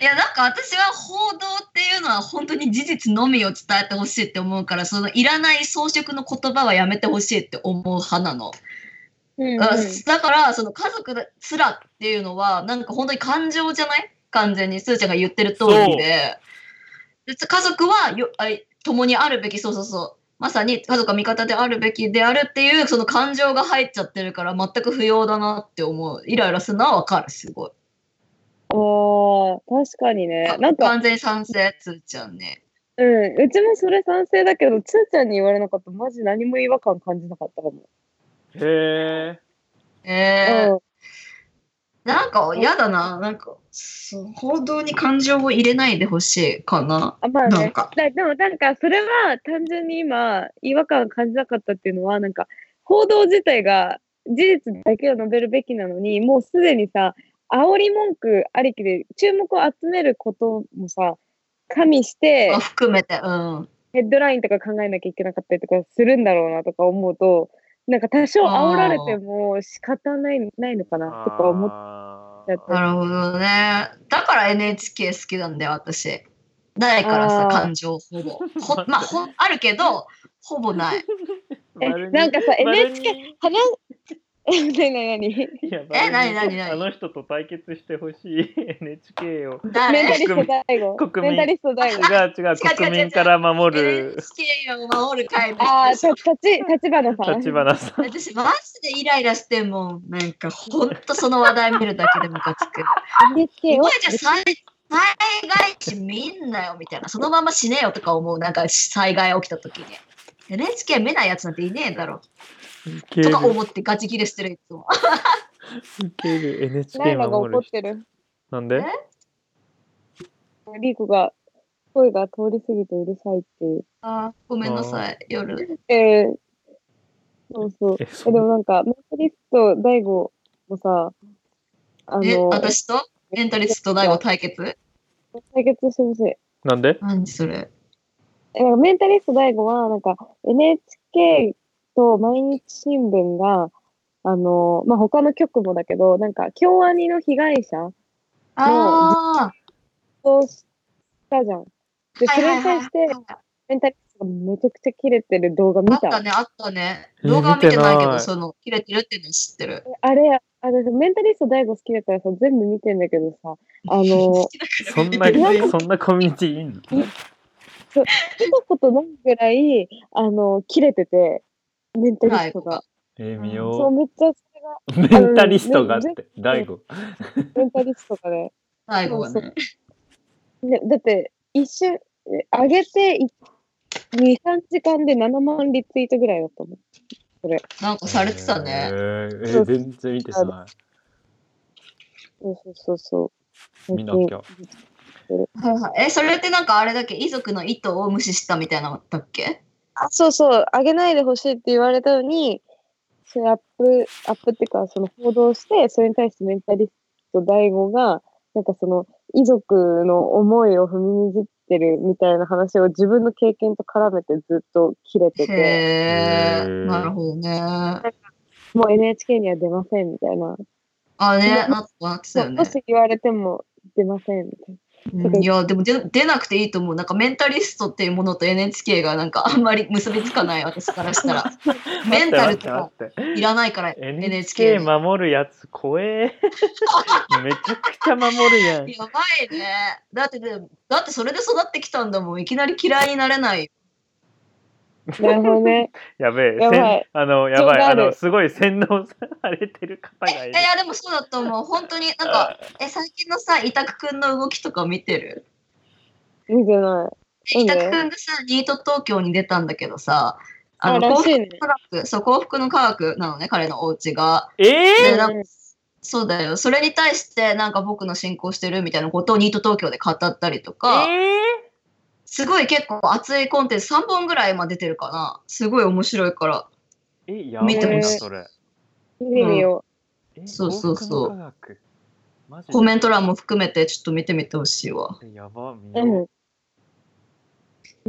S1: いやなんか私は報道っていうのは本当に事実のみを伝えてほしいって思うからそのいらない装飾の言葉はやめてほしいって思う派なの。
S2: うんうん
S1: あだからその家族すらっていうのはなんか本当に感情じゃない完全にすーちゃんが言ってる通りでで家族はよあい共にあるべきそうそうそうまさに家族は味方であるべきであるっていうその感情が入っちゃってるから全く不要だなって思うイライラするのはわかるすごい。
S2: ああ、確かにね。なんか、
S1: 完全に賛成、つーちゃんね。
S2: うん、うちもそれ賛成だけど、つーちゃんに言われなかったらマジ何も違和感感じなかったかも。
S3: へえ。
S1: えー、
S2: うん
S1: なんか嫌だな。なんか、そう報道に感情を入れないでほしいかな。
S2: あまあ
S1: なん
S2: ね、
S1: か
S2: だでもなんかそれは単純に今違和感感じなかったっていうのはなんか報道自体が事実だけを述べるべきなのにもうすでにさ煽り文句ありきで注目を集めることもさ加味して
S1: あ含めて、うん。
S2: ヘッドラインとか考えなきゃいけなかったりとかするんだろうなとか思うとなんか多少煽られても仕方ないないのかなとか思っ
S3: あ
S2: ちゃって
S1: なるほどね。だから NHK 好きなんだよ、私。ないからさ、
S2: あー
S1: 感情ほぼ。 ほまあ、ほあるけど、ほぼない。
S2: え
S3: ー
S2: なんかさ
S3: 丸
S2: NHK
S3: に
S2: 話 何何何
S3: いや
S1: え
S3: 丸
S1: 何
S3: に
S1: 何何
S3: あの人と対決してほしい NHK を。
S2: メンタリ
S1: 誰
S2: スト大悟
S3: 国民
S2: メンタリスト大
S3: 違
S2: 悟
S3: う違う、国民から守る
S1: NHK を守る会の
S2: ああ、た、たち、立花さん。
S3: 立花さん。
S1: 私、マジでイライラしてんもん。なんか、ほんとその話題見るだけでムカつく。お
S2: NHK を
S1: 前じゃ災災害地見んなよみたいな、そのまま死ねよとか思う、なんか災害起きた時に。NHK 見ないやつなんていねえだろ
S3: 受け
S1: と
S3: る
S1: か思ってガチギレしてるいつも。
S3: 受ける
S2: ラ
S3: NHK
S2: イマが
S3: 守
S2: 怒
S3: る
S2: っ。てる。
S3: なんで
S1: え
S2: リーコが、声が通り過ぎてうるさいっていう。
S1: あーごめんなさい、夜。
S2: えー、そうそう。
S3: え、
S2: え
S3: そ
S2: で
S3: う
S2: もなんか、メンタリスト大悟もさ、あ
S1: え、
S2: の、
S1: 私とエンタリスト大悟対決
S2: 対決してほしい。
S3: なんで
S1: 何それ
S2: えなんかメンタリスト大悟は、なんか、NHK と毎日新聞が、あの、まあ、他の局もだけど、なんか、京アニの被害者
S1: あ
S2: そうしたじゃん。で、
S1: あ、は
S2: そ
S1: いは
S2: れ
S1: いはい
S2: に対して、メンタリストがめちゃくちゃ切れてる動画見。
S1: あったたね、あったね。
S3: え
S1: 動画は見てないけ
S3: 見てな
S1: ど、
S3: い
S1: その、切れてるっていうの知ってる。
S2: あれ、あれ、メンタリスト大悟好きだからさ、全部見てんだけど さ、あの、
S3: そんな、そんなコミュニティいんの
S2: 見たことないぐらい、あの、切れてて、メンタリストが。
S3: えー、見
S2: そう、
S3: よ
S2: めっちゃ
S3: う。メンタリストがあって、大悟。
S2: それがメンタリストがね。
S1: 大悟はね。
S2: ねだって、一瞬、え上げてい、2、3時間で7万リツイートぐらいだったの。
S1: なんかされてた
S3: え
S1: ね。
S3: ーえー、全然見てな
S2: そうそうそうそう。
S3: い。見なきゃ。
S1: はいはいえ、それってなんかあれだっけ遺族の意図を無視したみたいなのだっけ
S2: あそうそう、あげないでほしいって言われたのに、それアップ、アップっていうか、その報道して、それに対してメンタリスト大悟が、なんかその、遺族の思いを踏みにじってるみたいな話を自分の経験と絡めてずっと切れてて、
S1: へ
S3: へー
S1: ーなるほどね。
S2: もう NHK には出ませんみたいな。
S1: あね
S2: う、ん
S1: ななってたよね
S2: も。し言われても出ませんみたい
S1: うんいや、でも出出なくていいと思う。なんかメンタリストっていうものと NHK がなんかあんまり結びつかない私からした ら。メンタルとか
S3: 待って待って待って
S1: いらないから
S3: NHK
S1: NHK に。や
S3: 守るやつ 怖え。めちゃくちゃ守るやん。
S1: ばいね。だってでも、だってそれで育ってきたんだもん。いきなり嫌いになれない。
S2: な。なるほ どね。
S3: やべえ。
S2: やばい
S3: せんあの、やばい。
S2: ちょ
S3: あ
S2: うどある
S3: の、すごい洗脳されてる方が
S1: え、
S3: い
S1: い
S3: る。
S1: や、でもそうだと思う。本当に、なんか、え、最近のさ、委託くんの動きとか見てる
S2: 見てない。
S1: 伊田くんがさ、ニート東京に出たんだけどさ、あ
S2: あ、
S1: の
S2: ら
S1: 幸
S2: し
S1: 福
S2: いね。
S1: 科学、そう、幸福の科学なのね、彼のお家が。
S3: え
S1: で
S3: ー
S1: なんかそうだよ。それに対して、なんか僕の信仰してるみたいなことをニート東京で語ったりとか、
S3: え
S1: すごい結構熱いコンテンツ3本ぐらい今出てるかな。すごい面白いから。
S3: ーえ、やばい
S1: 見
S2: て
S3: な、
S2: ほしい
S3: それ。
S2: 見てみよ
S3: え
S1: そうそうそう。
S3: 幸福の科学マジで
S1: コメント欄も含めてちょっと見てみてほしいわ。
S3: えやば、見
S2: う。
S3: よう。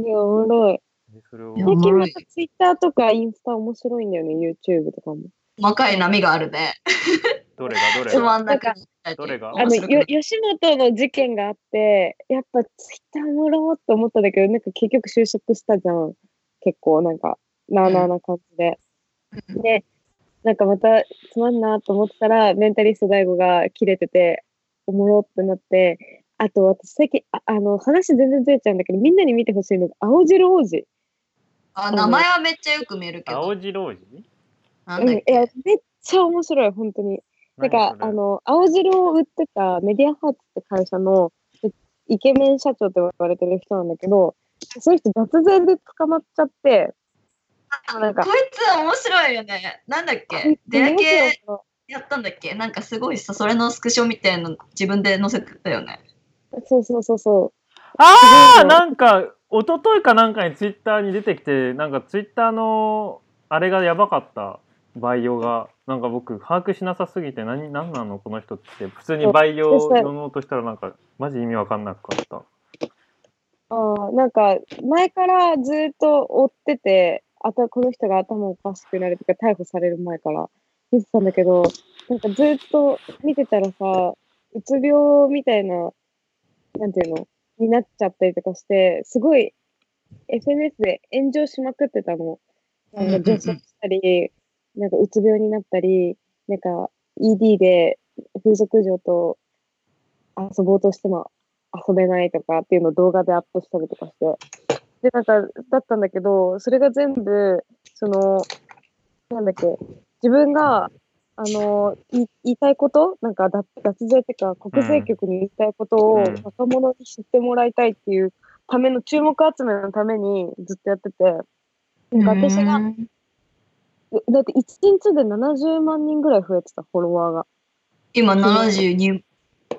S2: うん。いや、おもろい。
S3: えそれを
S1: いや
S2: 最近ま
S1: おもろ
S2: たツイッターとかインスタ面白いんだよね、YouTube とかも。
S1: 細かい波があるね。
S3: どれがどれ
S1: つま
S3: が
S1: んなくなったり
S3: どれが
S2: あ
S1: 面
S2: の、
S1: 白くな
S2: よ
S1: っ、
S2: 吉本の事件があって、やっぱツイッターおもろーって思ったんだけど、なんか結局就職したじゃん。結構なんか、なあなあな感じで。
S1: うん
S2: で、なんかまたつまんなーと思ってたら、メンタリスト大悟が切れてて、おもろってなって、あと私最近、ああの、話全然ずれちゃうんだけど、みんなに見てほしいのが、青汁王子。
S1: あ、名前はめっちゃよく見るけど。
S3: 青白王子
S1: なん
S2: うん、
S1: だ
S2: い
S1: っけ
S2: や、めっちゃ面白い、本当に。なんか、あの、青汁を売ってたメディアハーツって会社のイケメン社長って言われてる人なんだけど、その人脱税で捕まっちゃって、
S1: あ
S2: なんか
S1: こいつ面白いよね。なんだっけ出会い系やったんだっけなんかすごいさ、それのスクショみたいなの自分で載せてたよね。
S2: そうそうそうそ
S3: ああなんか一昨日かなんかにツイッターに出てきてなんかツイッターのあれがやばかった培養がなんか僕把握しなさすぎて何何なのこの人って普通に培養を読もうとしたらなんかマジ意味わかんなかった
S2: う。あーなんか、前からずっと追ってて、あたこの人が頭おかしくなるとか、逮捕される前から見てたんだけど、なんかずっと見てたらさ、うつ病みたいな、なんていうのになっちゃったりとかして、すごい SNS で炎上しまくってたの。なんか女装したり、なんかうつ病になったり、なんか ED で風俗嬢と遊ぼうとしても遊べないとかっていうのを動画でアップしたりとかして。で、なんか、だったんだけど、それが全部、その、なんだっけ、自分が、あの、い言いたいことなんか、脱脱税っていうか、国税局に言いたいことを
S3: うん
S2: 若者に知ってもらいたいっていうための、注目集めのためにずっとやってて、なんか私が
S1: うん
S2: えだって1日で70万人ぐらい増えてた、フォロワーが。
S1: 今72、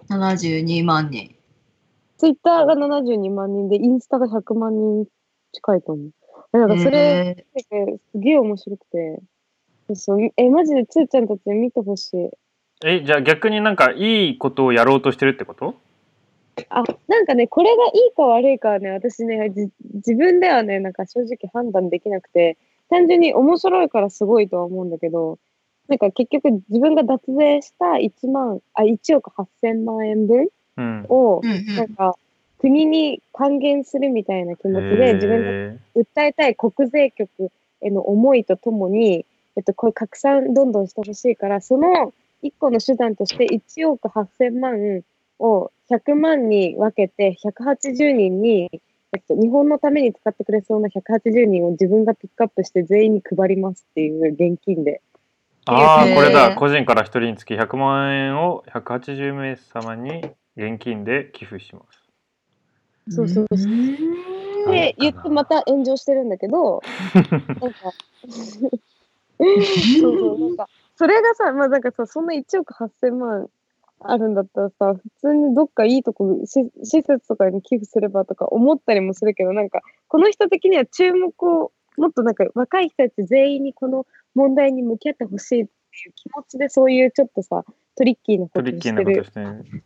S1: 72万人。
S2: ツイッターが72万人で、インスタが100万人近いと思う。なんかそれ
S1: え
S2: 見てて、すげえ面白くて。そうえ、マジでつーちゃんたち見てほしい。
S3: えじゃあ逆になんかいいことをやろうとしてるってこと
S2: あ、なんかね、これがいいか悪いかはね、私ね、じ自分ではね、なんか正直判断できなくて、単純に面白いからすごいとは思うんだけど、なんか結局自分が脱税した1万、あ、1億8000万円分
S3: うん
S2: を
S1: ー、うんう
S2: なんんか国に還元するみたいな気持ちで、自分で
S3: へー
S2: 訴えたい国税局への思いとともに、えっと、これ拡散どんどんしてほしいから、その一個の手段として1億8000万を100万に分けて180人に、えっと、日本のために使ってくれそうな180人を自分がピックアップして全員に配りますっていう現金で。
S3: あ
S1: へー
S3: あこれだ個人から一人につき100万円を180名様に現金で寄付します
S2: そうそうそう
S1: うん
S2: で、言ってまた炎上してるんだけ ど、なんか、 そうそう、なんか、それがさ、まあなんかさ、そんな1億8000万あるんだったらさ、普通にどっかいいとこ、し施設とかに寄付すればとか思ったりもするけど、なんか、この人的には注目を、もっとなんか若い人たち全員にこの問題に向き合ってほしいっていう気持ちで、そういうちょっとさ、トリッキーなこ
S3: ト
S2: と
S3: リ
S2: し
S3: ッキ
S2: て
S3: ーなこと
S2: る。
S3: してる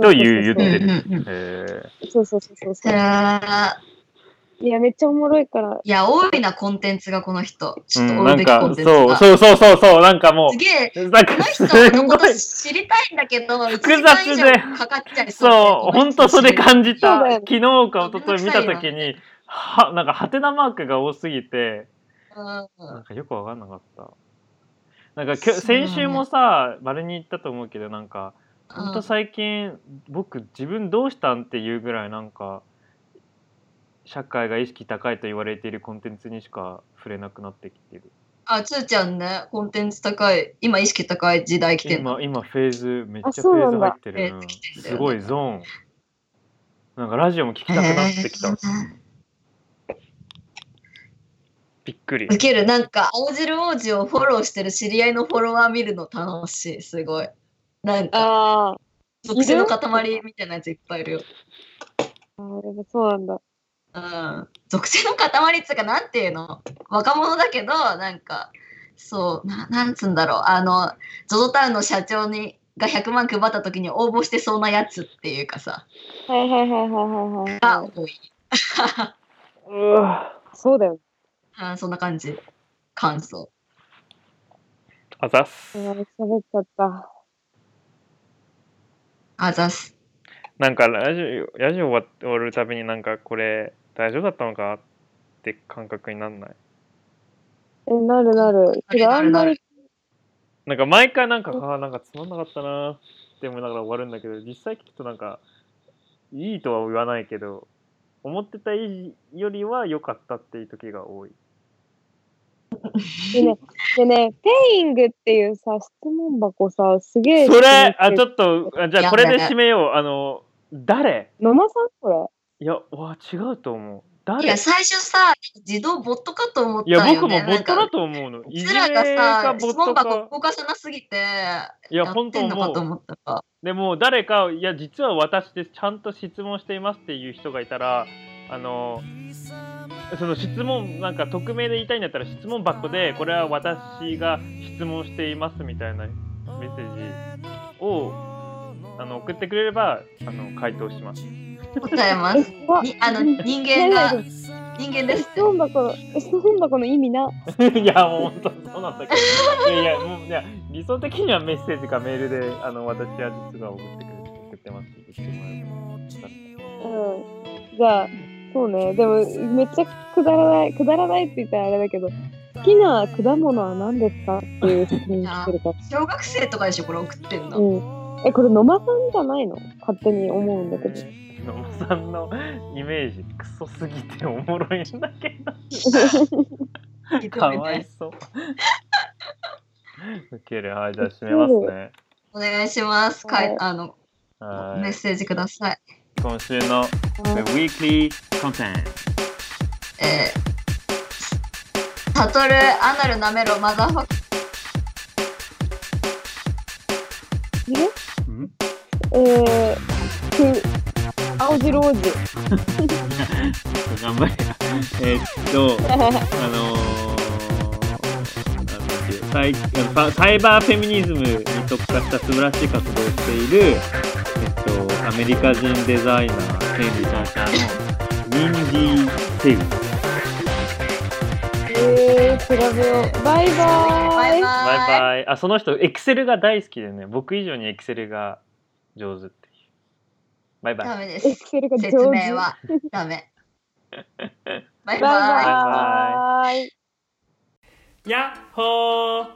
S3: とい
S1: うん
S3: う言って
S1: う
S3: る
S1: んうん
S3: へー
S2: そうそうそうそう
S1: そ
S2: そ
S1: れ
S2: うそう。
S1: はい
S2: や、めっちゃおもろいから、
S1: いや、多いな、コンテンツがこの人。ち
S3: う
S1: ょっと
S3: ん、
S1: 追
S3: な
S1: うんべきコ
S3: か
S1: ンテンツが。
S3: そうそうそうそうそうなんかも
S1: すげえ、
S3: うなん
S1: この
S3: かす
S1: 人
S3: ご
S1: のこ
S3: い
S1: と知りたいんだけど、1時間以上かかっちゃいそう。
S3: そう本当それ感じ
S2: そう
S3: た
S2: だよね
S3: 昨日か一昨日見た時にはなんかハテナマークが多すぎて
S1: うん
S3: なんかよくわかんなかったなんかきょ先週もさ丸に行ったと思うけどなんかほんと最近僕自分どうしたんっていうぐらいなんか社会が意識高いと言われているコンテンツにしか触れなくなってきてる
S1: あ、つーちゃんね、コンテンツ高い、今意識高い時代来てんの。
S3: 今今フェーズめっ
S2: あ
S3: ちゃ
S2: そ
S3: フ
S2: うな
S3: ェーズ
S2: ん
S3: 入
S2: だ
S3: ってる、う
S1: フェー
S3: ん
S1: ズ来てんだよね
S3: すごいゾーンなんかラジオも聞きたくなってきたびっくり
S1: 受ける、なんか、青汁王子をフォローしてる知り合いのフォロワー見るの楽しい、すごい。なんか、
S2: あ
S1: 属性の塊みたいなやついっぱいいるよ。
S2: ーあー、でもそうなんだ。
S1: うん、属性の塊っつうかなんていうの若者だけどなんかそうななんつうんだろうあの ZOZO タウンの社長にが100万配った時に応募してそうなやつっていうかさ
S2: はいはいはいはいはいはい
S1: が
S2: はい。
S1: 多い、
S3: うわ
S2: そうだよね
S1: あーそんな感じ感想
S3: あざっす
S2: あー喋っちゃった。
S1: あざっす
S3: なんかラジオラジオ終わるたびになんかこれ大丈夫だったのかって感覚になんない
S2: え、なるなる。
S1: なるなるなる
S3: なんか毎回なんかあーなんかつまんなかったなーって思いながら終わるんだけど実際聞くとなんかいいとは言わないけど思ってた以上よりは良かったっていう時が多い
S2: でね、でね、ペイングっていうさ、質問箱さ、すげえ。
S3: それ、あ、ちょっと、あじゃあこれで締めよう。あの、誰
S2: 野間さんこ
S3: いや、わ、違うと思う。
S1: い
S3: 誰
S1: や、最初さ、自動ボットかと思っ
S3: い
S1: たよ、
S3: や、
S1: ね。
S3: 僕もボット
S1: なん
S3: だ
S1: か
S3: と思うの。
S1: う
S3: い
S1: ち
S3: じ
S1: ら
S3: め
S1: が
S3: か
S1: さ、
S3: ボ
S1: 質
S3: ット
S1: 問箱
S3: か。
S1: 動かさなすぎて、や
S3: いや、
S1: っ
S3: 本
S1: て
S3: 当
S1: んのかと
S3: もう。
S1: 思ったら。
S3: でも、誰か、いや、実は私ですちゃんと質問していますっていう人がいたら、あの、その質問、なんか匿名で言いたいんだったら質問箱で、これは私が質問していますみたいなメッセージを、あの、送ってくれれば、あの、回答します。
S1: 答えま
S2: れ。
S1: す。
S2: あ
S1: にあの、人間が、人間ですっ
S2: 質
S1: て。
S2: 問箱の、質問箱の意味な。
S3: いや、もう本当そうなんだけど。いやいや、もう、いや、理想的にはメッセージかメールで、あの、私は実は送ってくれ、送ってますって言ってもらえば
S2: うん。じゃあ、そうね。でも、めっちゃくだらない、くだらないって言ったらあれだけど、好きな果物は何ですかっていう質問してるか
S1: 小学生とかでしょ、これ送ってん
S2: ら。
S1: の。
S2: うん。え、これ野間さんじゃないの勝手に思うんだけど。
S3: 野間さんのイメージ、クソすぎておもろいんだけ
S1: ひ
S3: ど、か
S1: どい
S3: わい
S1: ね。
S3: そう。ウケる、はい、じゃあ締めますね。
S1: お願いします。か
S2: はい
S1: い、あの、
S3: は
S1: メッ
S3: い、
S1: セージください。
S3: 今週の The Weekly Content。
S1: えー、タトル、アナルなめろ、マザーファク
S2: え
S3: ん
S2: えー、く、青白王子。
S3: 頑張れ。えーっと。あのーなんだっけサイあのササイバーフェミニズムに特化した素晴らしい活動をしている、えっと、アメリカ人デザイナーケンリさん社のミンディー・セイブ
S2: えー、調べよう。バ
S1: バイ
S2: イバーイ。
S1: バ
S3: バイ
S1: イ。
S3: バイあその人エクセルが大好きでね僕以上にエクセルが上手っていうバイバイ
S1: ダメです
S2: エ。クセルが上手。
S1: 説明はダ メ。バイ
S2: バイ
S1: バイ。
S2: バーイ。
S4: やっほー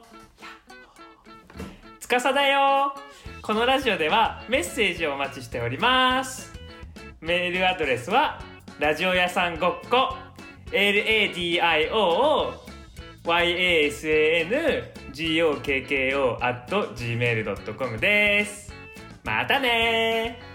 S4: つかさだよこのラジオではメッセージをお待ちしておりますメールアドレスはラジオ屋さんごっこ LADIO YASANGOKKO at gmail.com ですまたねー